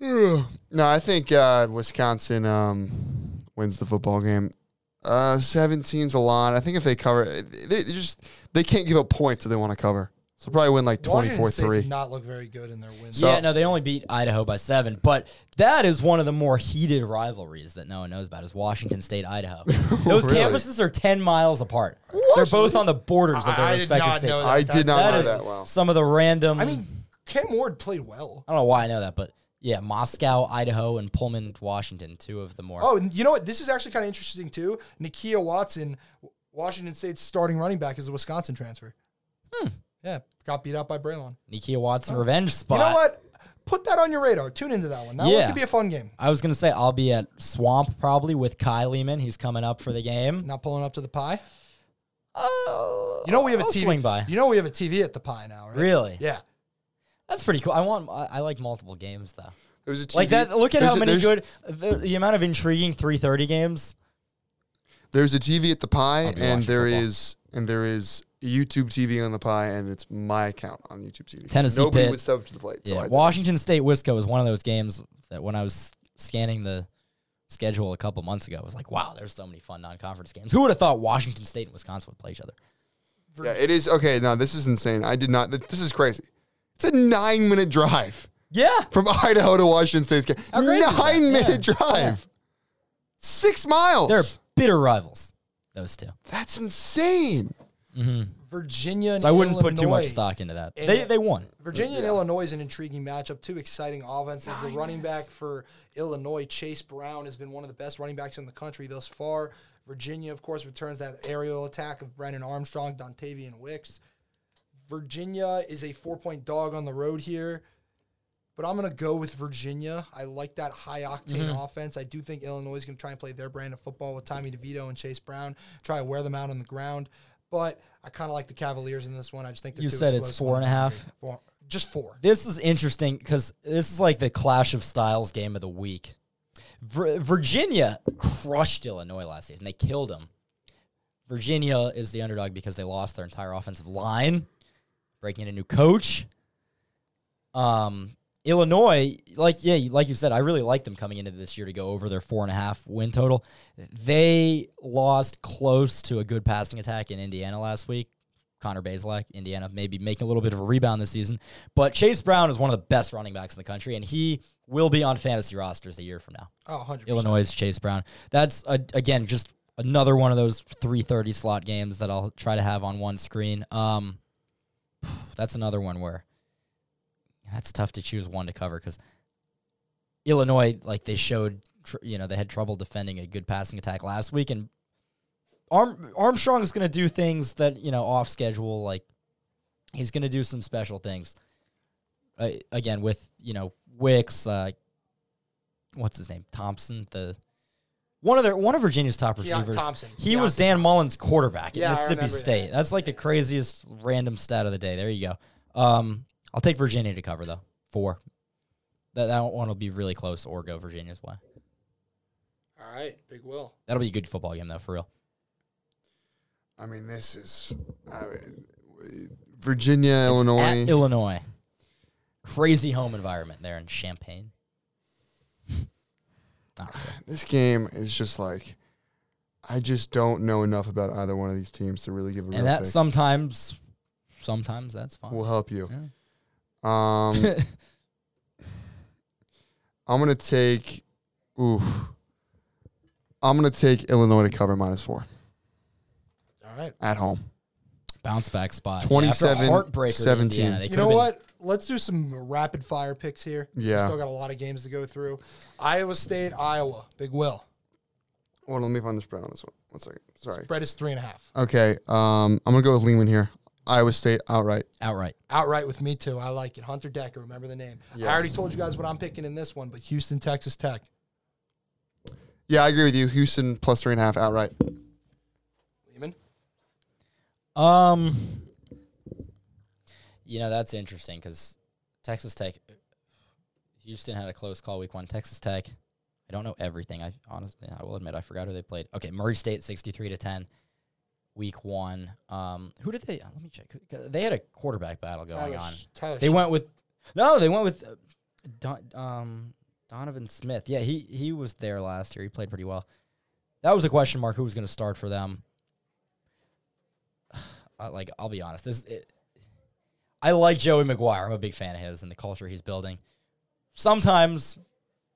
No, I think uh, Wisconsin um, wins the football game. Uh, 17's a lot. I think if they cover, they, they just they can't give up points if they want to cover. So probably win like
Washington
twenty-four
State did
three.
not look very good in their win.
So-
yeah. No, they only beat Idaho by seven, but that is one of the more heated rivalries that no one knows about is Washington State Idaho. Those
Really?
campuses are 10 miles apart. They're both on the borders of their
I- I did
respective
not
states.
know
I did not
That
know
is
that well.
some of the random.
I mean, Cam Ward played well.
I don't know why I know that, but yeah, Moscow, Idaho, and Pullman, Washington, two of the more.
Oh, and you know what? This is actually kind of interesting too. Nikia Watson, Washington State's starting running back, is a Wisconsin transfer.
Hmm.
Yeah, got beat out by Braylon.
Nikia Watson revenge spot.
You know what? Put that on your radar. Tune into that one. That one
Yeah.
could be a fun game.
I was gonna say I'll be at Swamp probably with Kai Lehman. He's coming up for the game.
Not pulling up to the pie.
Oh,
You know we have a
I'll
TV.
Swing by.
You know we have a TV at the pie now, right?
Really?
Yeah.
That's pretty cool. I want. I, I like multiple games though.
It was a TV
Like that. Look at
there's
how
a-
many
there's-
good. The, the amount of intriguing 3:30 games.
There's a TV at the pie,
be
and
watching
there is
football.
and there is YouTube TV on the pie, and it's my account on YouTube TV.
Tennessee
Nobody
Pitt.
would step up to the plate. So I
yeah.
did.
Washington State Wisco was one of those games that when I was scanning the schedule a couple months ago, I was like, wow, there's so many fun non-conference games. Who would have thought Washington State and Wisconsin would play each other?
yeah, it is okay. No, this is insane. I did not. th- This is crazy. It's a nine minute drive
Yeah.
from Idaho to Washington State's game.
How crazy is that?
Nine minute
Yeah.
drive, six miles.
They're bitter rivals. Those two.
That's insane.
Virginia. And
So I wouldn't
Illinois.
put too much stock into that.
And
They
it-
they won.
Virginia and Illinois is an intriguing matchup. Two exciting offenses. The running back for Illinois, Chase Brown, has been one of the best running backs in the country thus far. Virginia, of course, returns that aerial attack of Brennan Armstrong, Dontavian Wicks. Virginia is a four point dog on the road here, but I'm going to go with Virginia. I like that high octane
Mm-hmm.
offense. I do think Illinois is going to try and play their brand of football with Tommy DeVito and Chase Brown, try to wear them out on the ground. But I kind of like the Cavaliers in this one. I just think they're
You
too
said it's
explosive
four
on
and a
the
half?
boundary. Four- just four.
This is interesting because this is like the clash of styles game of the week. Vir- Virginia crushed Illinois last season. They killed them. Virginia is the underdog because they lost their entire offensive line, breaking in a new coach. Um, Illinois, like yeah, you- like you said, I really like them coming into this year to go over their four and a half win total. They lost close to a good passing attack in Indiana last week. Connor Bazelak, Indiana, maybe making a little bit of a rebound this season. But Chase Brown is one of the best running backs in the country, and he will be on fantasy rosters a year from now.
Oh, 100
Illinois Chase Brown. That's a, again just another one of those 3:30 slot games that I'll try to have on one screen. Um that's another one where that's tough to choose one to cover cuz Illinois like they showed tr- you know they had trouble defending a good passing attack last week and Arm, Armstrong is going to do things that, you know, off schedule like he's going to do some special things. Uh, again with, you know, Wicks, uh what's his name Thompson the one of their one of Virginia's top
Keon
receivers.
Thompson.
He
Keon
was Dan Mullen's quarterback
Yeah,
at
I
Mississippi
remember
State. That's like the craziest random stat of the day. There you go. Um, I'll take Virginia to cover though four. That that one will be really close or go Virginia's way.
All right, Big Will.
That'll be a good football game though for real.
I mean, this is I mean, Virginia, Illinois.
At Illinois, crazy home environment there in Champaign. Not really.
this game is just like I just don't know enough about either one of these teams to really give a real
And that
pick.
sometimes, sometimes that's fine.
will help you. Um, I'm gonna take. Oof. I'm gonna take Illinois to cover minus four
All right.
at home.
Bounce back spot.
27,
yeah, after a heartbreaker to
17.
Indiana, they
You
could've
know
been-
what? Let's do some rapid fire picks here. We
Yeah.
still got a lot of games to go through. Iowa State, Iowa. Big Will.
Well, let me find the spread on this one. One second. Sorry.
Spread is three and a half.
Okay. Um, I'm gonna go with Lehman here. Iowa State outright.
Outright.
Outright with me too. I like it. Hunter Decker, remember the name.
Yes.
I already told you guys what I'm picking in this one, but Houston, Texas Tech.
Yeah, I agree with you. Houston plus three and a half outright.
Lehman.
Um, you know that's interesting because Texas Tech, Houston had a close call week one. Texas Tech, I don't know everything. I honestly, I will admit, I forgot who they played. Okay, Murray State sixty three to ten, week one. Um, who did they? uh, Let me check. Who- 'cause They had a quarterback battle going
Tyler
on.
Sh- Tyler
They
Sh-
went with no, they went with uh, Don, um, Donovan Smith. Yeah, he he was there last year. He played pretty well. That was a question mark who was going to start for them. Uh, like I'll be honest, this it, I like Joey McGuire. I'm a big fan of his and the culture he's building. Sometimes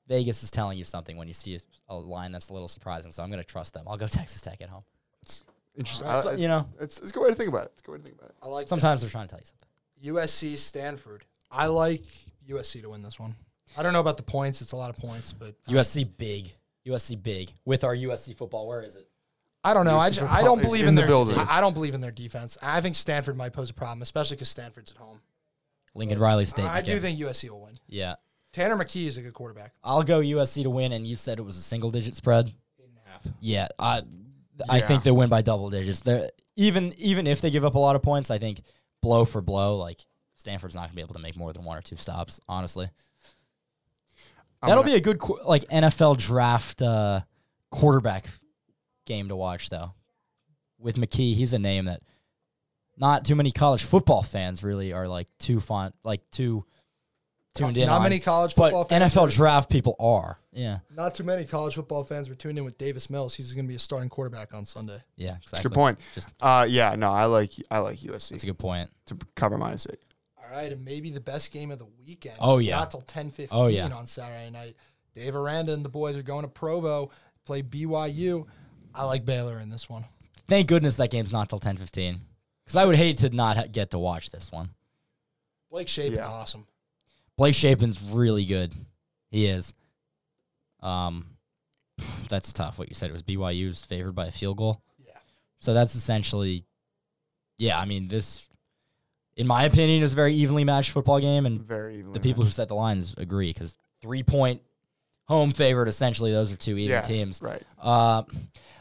Vegas is telling you something when you see a, a line that's a little surprising, so I'm going to trust them. I'll go Texas Tech at home.
It's interesting.
So,
I-
you know,
it's, it's a good way to think about it. It's a good way to think about it.
I like
sometimes they're trying to tell you something.
that. USC Stanford. I like USC to win this one. I don't know about the points. It's a lot of points, but
USC big, USC big with our USC football. Where is it?
I don't know. I,
USC
ju-
football
I don't
is
believe
in
in,
the
their.
building.
I I don't believe in their defense. I think Stanford might pose a problem, especially because Stanford's at home.
Lincoln Riley State.
I do
again.
think USC will win.
Yeah.
Tanner McKee is a good quarterback.
I'll go USC to win, and you said it was a single digit spread. Yeah, I, I think they win by double digits. They're, even even if they give up a lot of points, I think blow for blow, like Stanford's not gonna be able to make more than one or two stops. Honestly,
I'm
that'll
gonna-
be a good qu- like NFL draft uh, quarterback game to watch though. With McKee, he's a name that not too many college football fans really are like too fond, like too tuned in.
Not
on,
many college
but
football fans
NFL
are-
draft people are. Yeah,
Not too many college football fans were tuned in with Davis Mills. He's going to be a starting quarterback on Sunday.
yeah, exactly.
It's a good point.
Just-
Uh, yeah, no, I like I like USC
That's a good point.
to cover minus eight.
All right, and maybe the best game of the weekend.
Oh, yeah.
Not till ten fifteen
Oh, yeah.
on Saturday night. Dave Aranda and the boys are going to Provo, play BYU. I like Baylor in this one.
Thank goodness that game's not till ten fifteen, because I would hate to not ha- get to watch this one.
Blake Shapen's
Yeah.
awesome.
Blake Shapin's really good. He is. Um, that's tough. What you said it was BYU's favored by a field goal.
Yeah.
So that's essentially, yeah. I mean, this, in my opinion, is a very evenly matched football game, and
Very evenly.
Mm. the people who set the lines agree because three point home favorite essentially those are two even
yeah,
teams.
right?
Uh,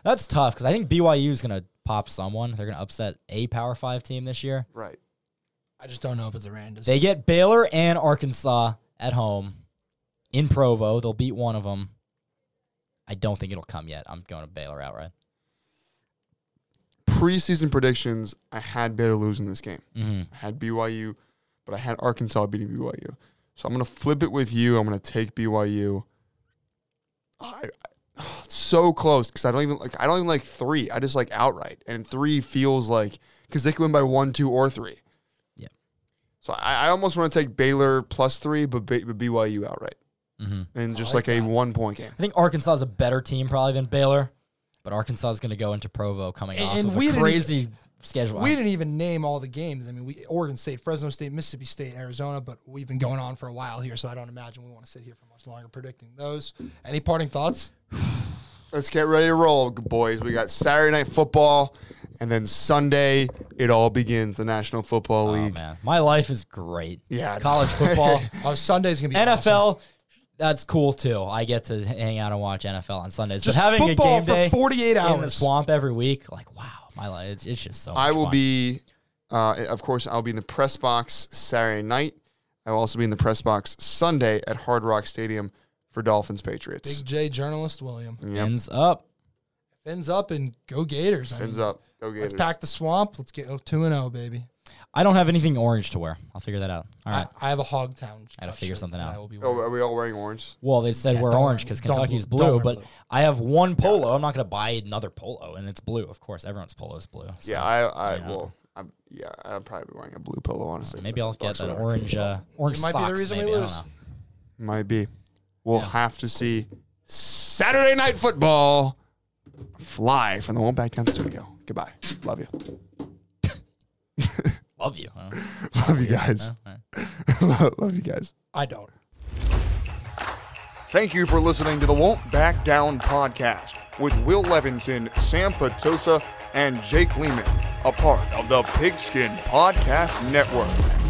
that's tough because I think BYU is going to pop someone. They're going to upset a Power Five team this year.
Right.
I just don't know if it's Aranda's.
They get Baylor and Arkansas at home in Provo. They'll beat one of them. I don't think it'll come yet. I'm going to Baylor outright.
Preseason predictions. I had Baylor losing this game.
Mm-hmm.
I had BYU, but I had Arkansas beating BYU. So I'm gonna flip it with you. I'm gonna take BYU. I, I it's so close because I don't even like. I don't even like three. I just like outright, and three feels like because they could win by one, two, or three.
Yeah.
So I, I almost want to take Baylor plus three, but, B, but BYU outright,
Mm-hmm.
and just
like
like, a
that.
one point game.
I think Arkansas is a better team probably than Baylor, but Arkansas is going to go into Provo coming off
And
of
we
a
didn't-
crazy schedule. Oh,
we didn't even name all the games. I mean, we Oregon State, Fresno State, Mississippi State, Arizona, but we've been going on for a while here, so I don't imagine we want to sit here for much longer predicting those. Any parting thoughts?
Let's get ready to roll, g- boys. We got Saturday night football, and then Sunday it all begins. The National Football
Oh
League.
man, my life is great.
e- Yeah, I know.
college football,
Oh, Sunday's gonna be awesome.
NFL. That's cool too. I get to hang out and watch NFL on Sundays.
Just
but having a
football
game
for
day
48
in the
hours.
swamp every week, like wow, my life. It's, it's just so.
I
much
will
fun.
be, uh, of course, I'll be in the press box Saturday night. I will also be in the press box Sunday at Hard Rock Stadium for Dolphins Patriots.
Big J journalist William.
Yep.
Ends up.
Fins up and go Gators. I
Fins
mean,
up. Go
Let's
Gators.
pack the swamp. Let's get 2 and 0, baby.
I don't have anything orange to wear. I'll figure that out. All right.
I, I have a Hogtown.
I gotta
cup
figure
shirt
something
that
out.
I will be
Oh,
wearing.
are we all wearing orange?
well, they said
Yeah,
we're
don't
orange
wear-
because
don't-
Kentucky's
don't
blue,
wear
but
blue.
I have one polo. I'm not going to buy another polo, and it's blue, of course. Everyone's polo is blue. so
yeah, I, I
yeah. Uh,
will. I'm, yeah, I'll probably be wearing a blue pillow, honestly.
maybe I'll get
Bucks
an
whatever.
orange, uh, orange
It might be the
socks.
reason we
maybe. I don't
lose.
know.
Might be. We'll have to see Saturday Night Football fly from the Won't Back Down studio. Goodbye. Love you.
Love you. huh?
Love you guys.
All right.
Love you guys.
I don't.
Thank you for listening to the Won't Back Down podcast. with Will Levinson, Sam Patosa, and Jake Lehman, a part of the Pigskin Podcast Network.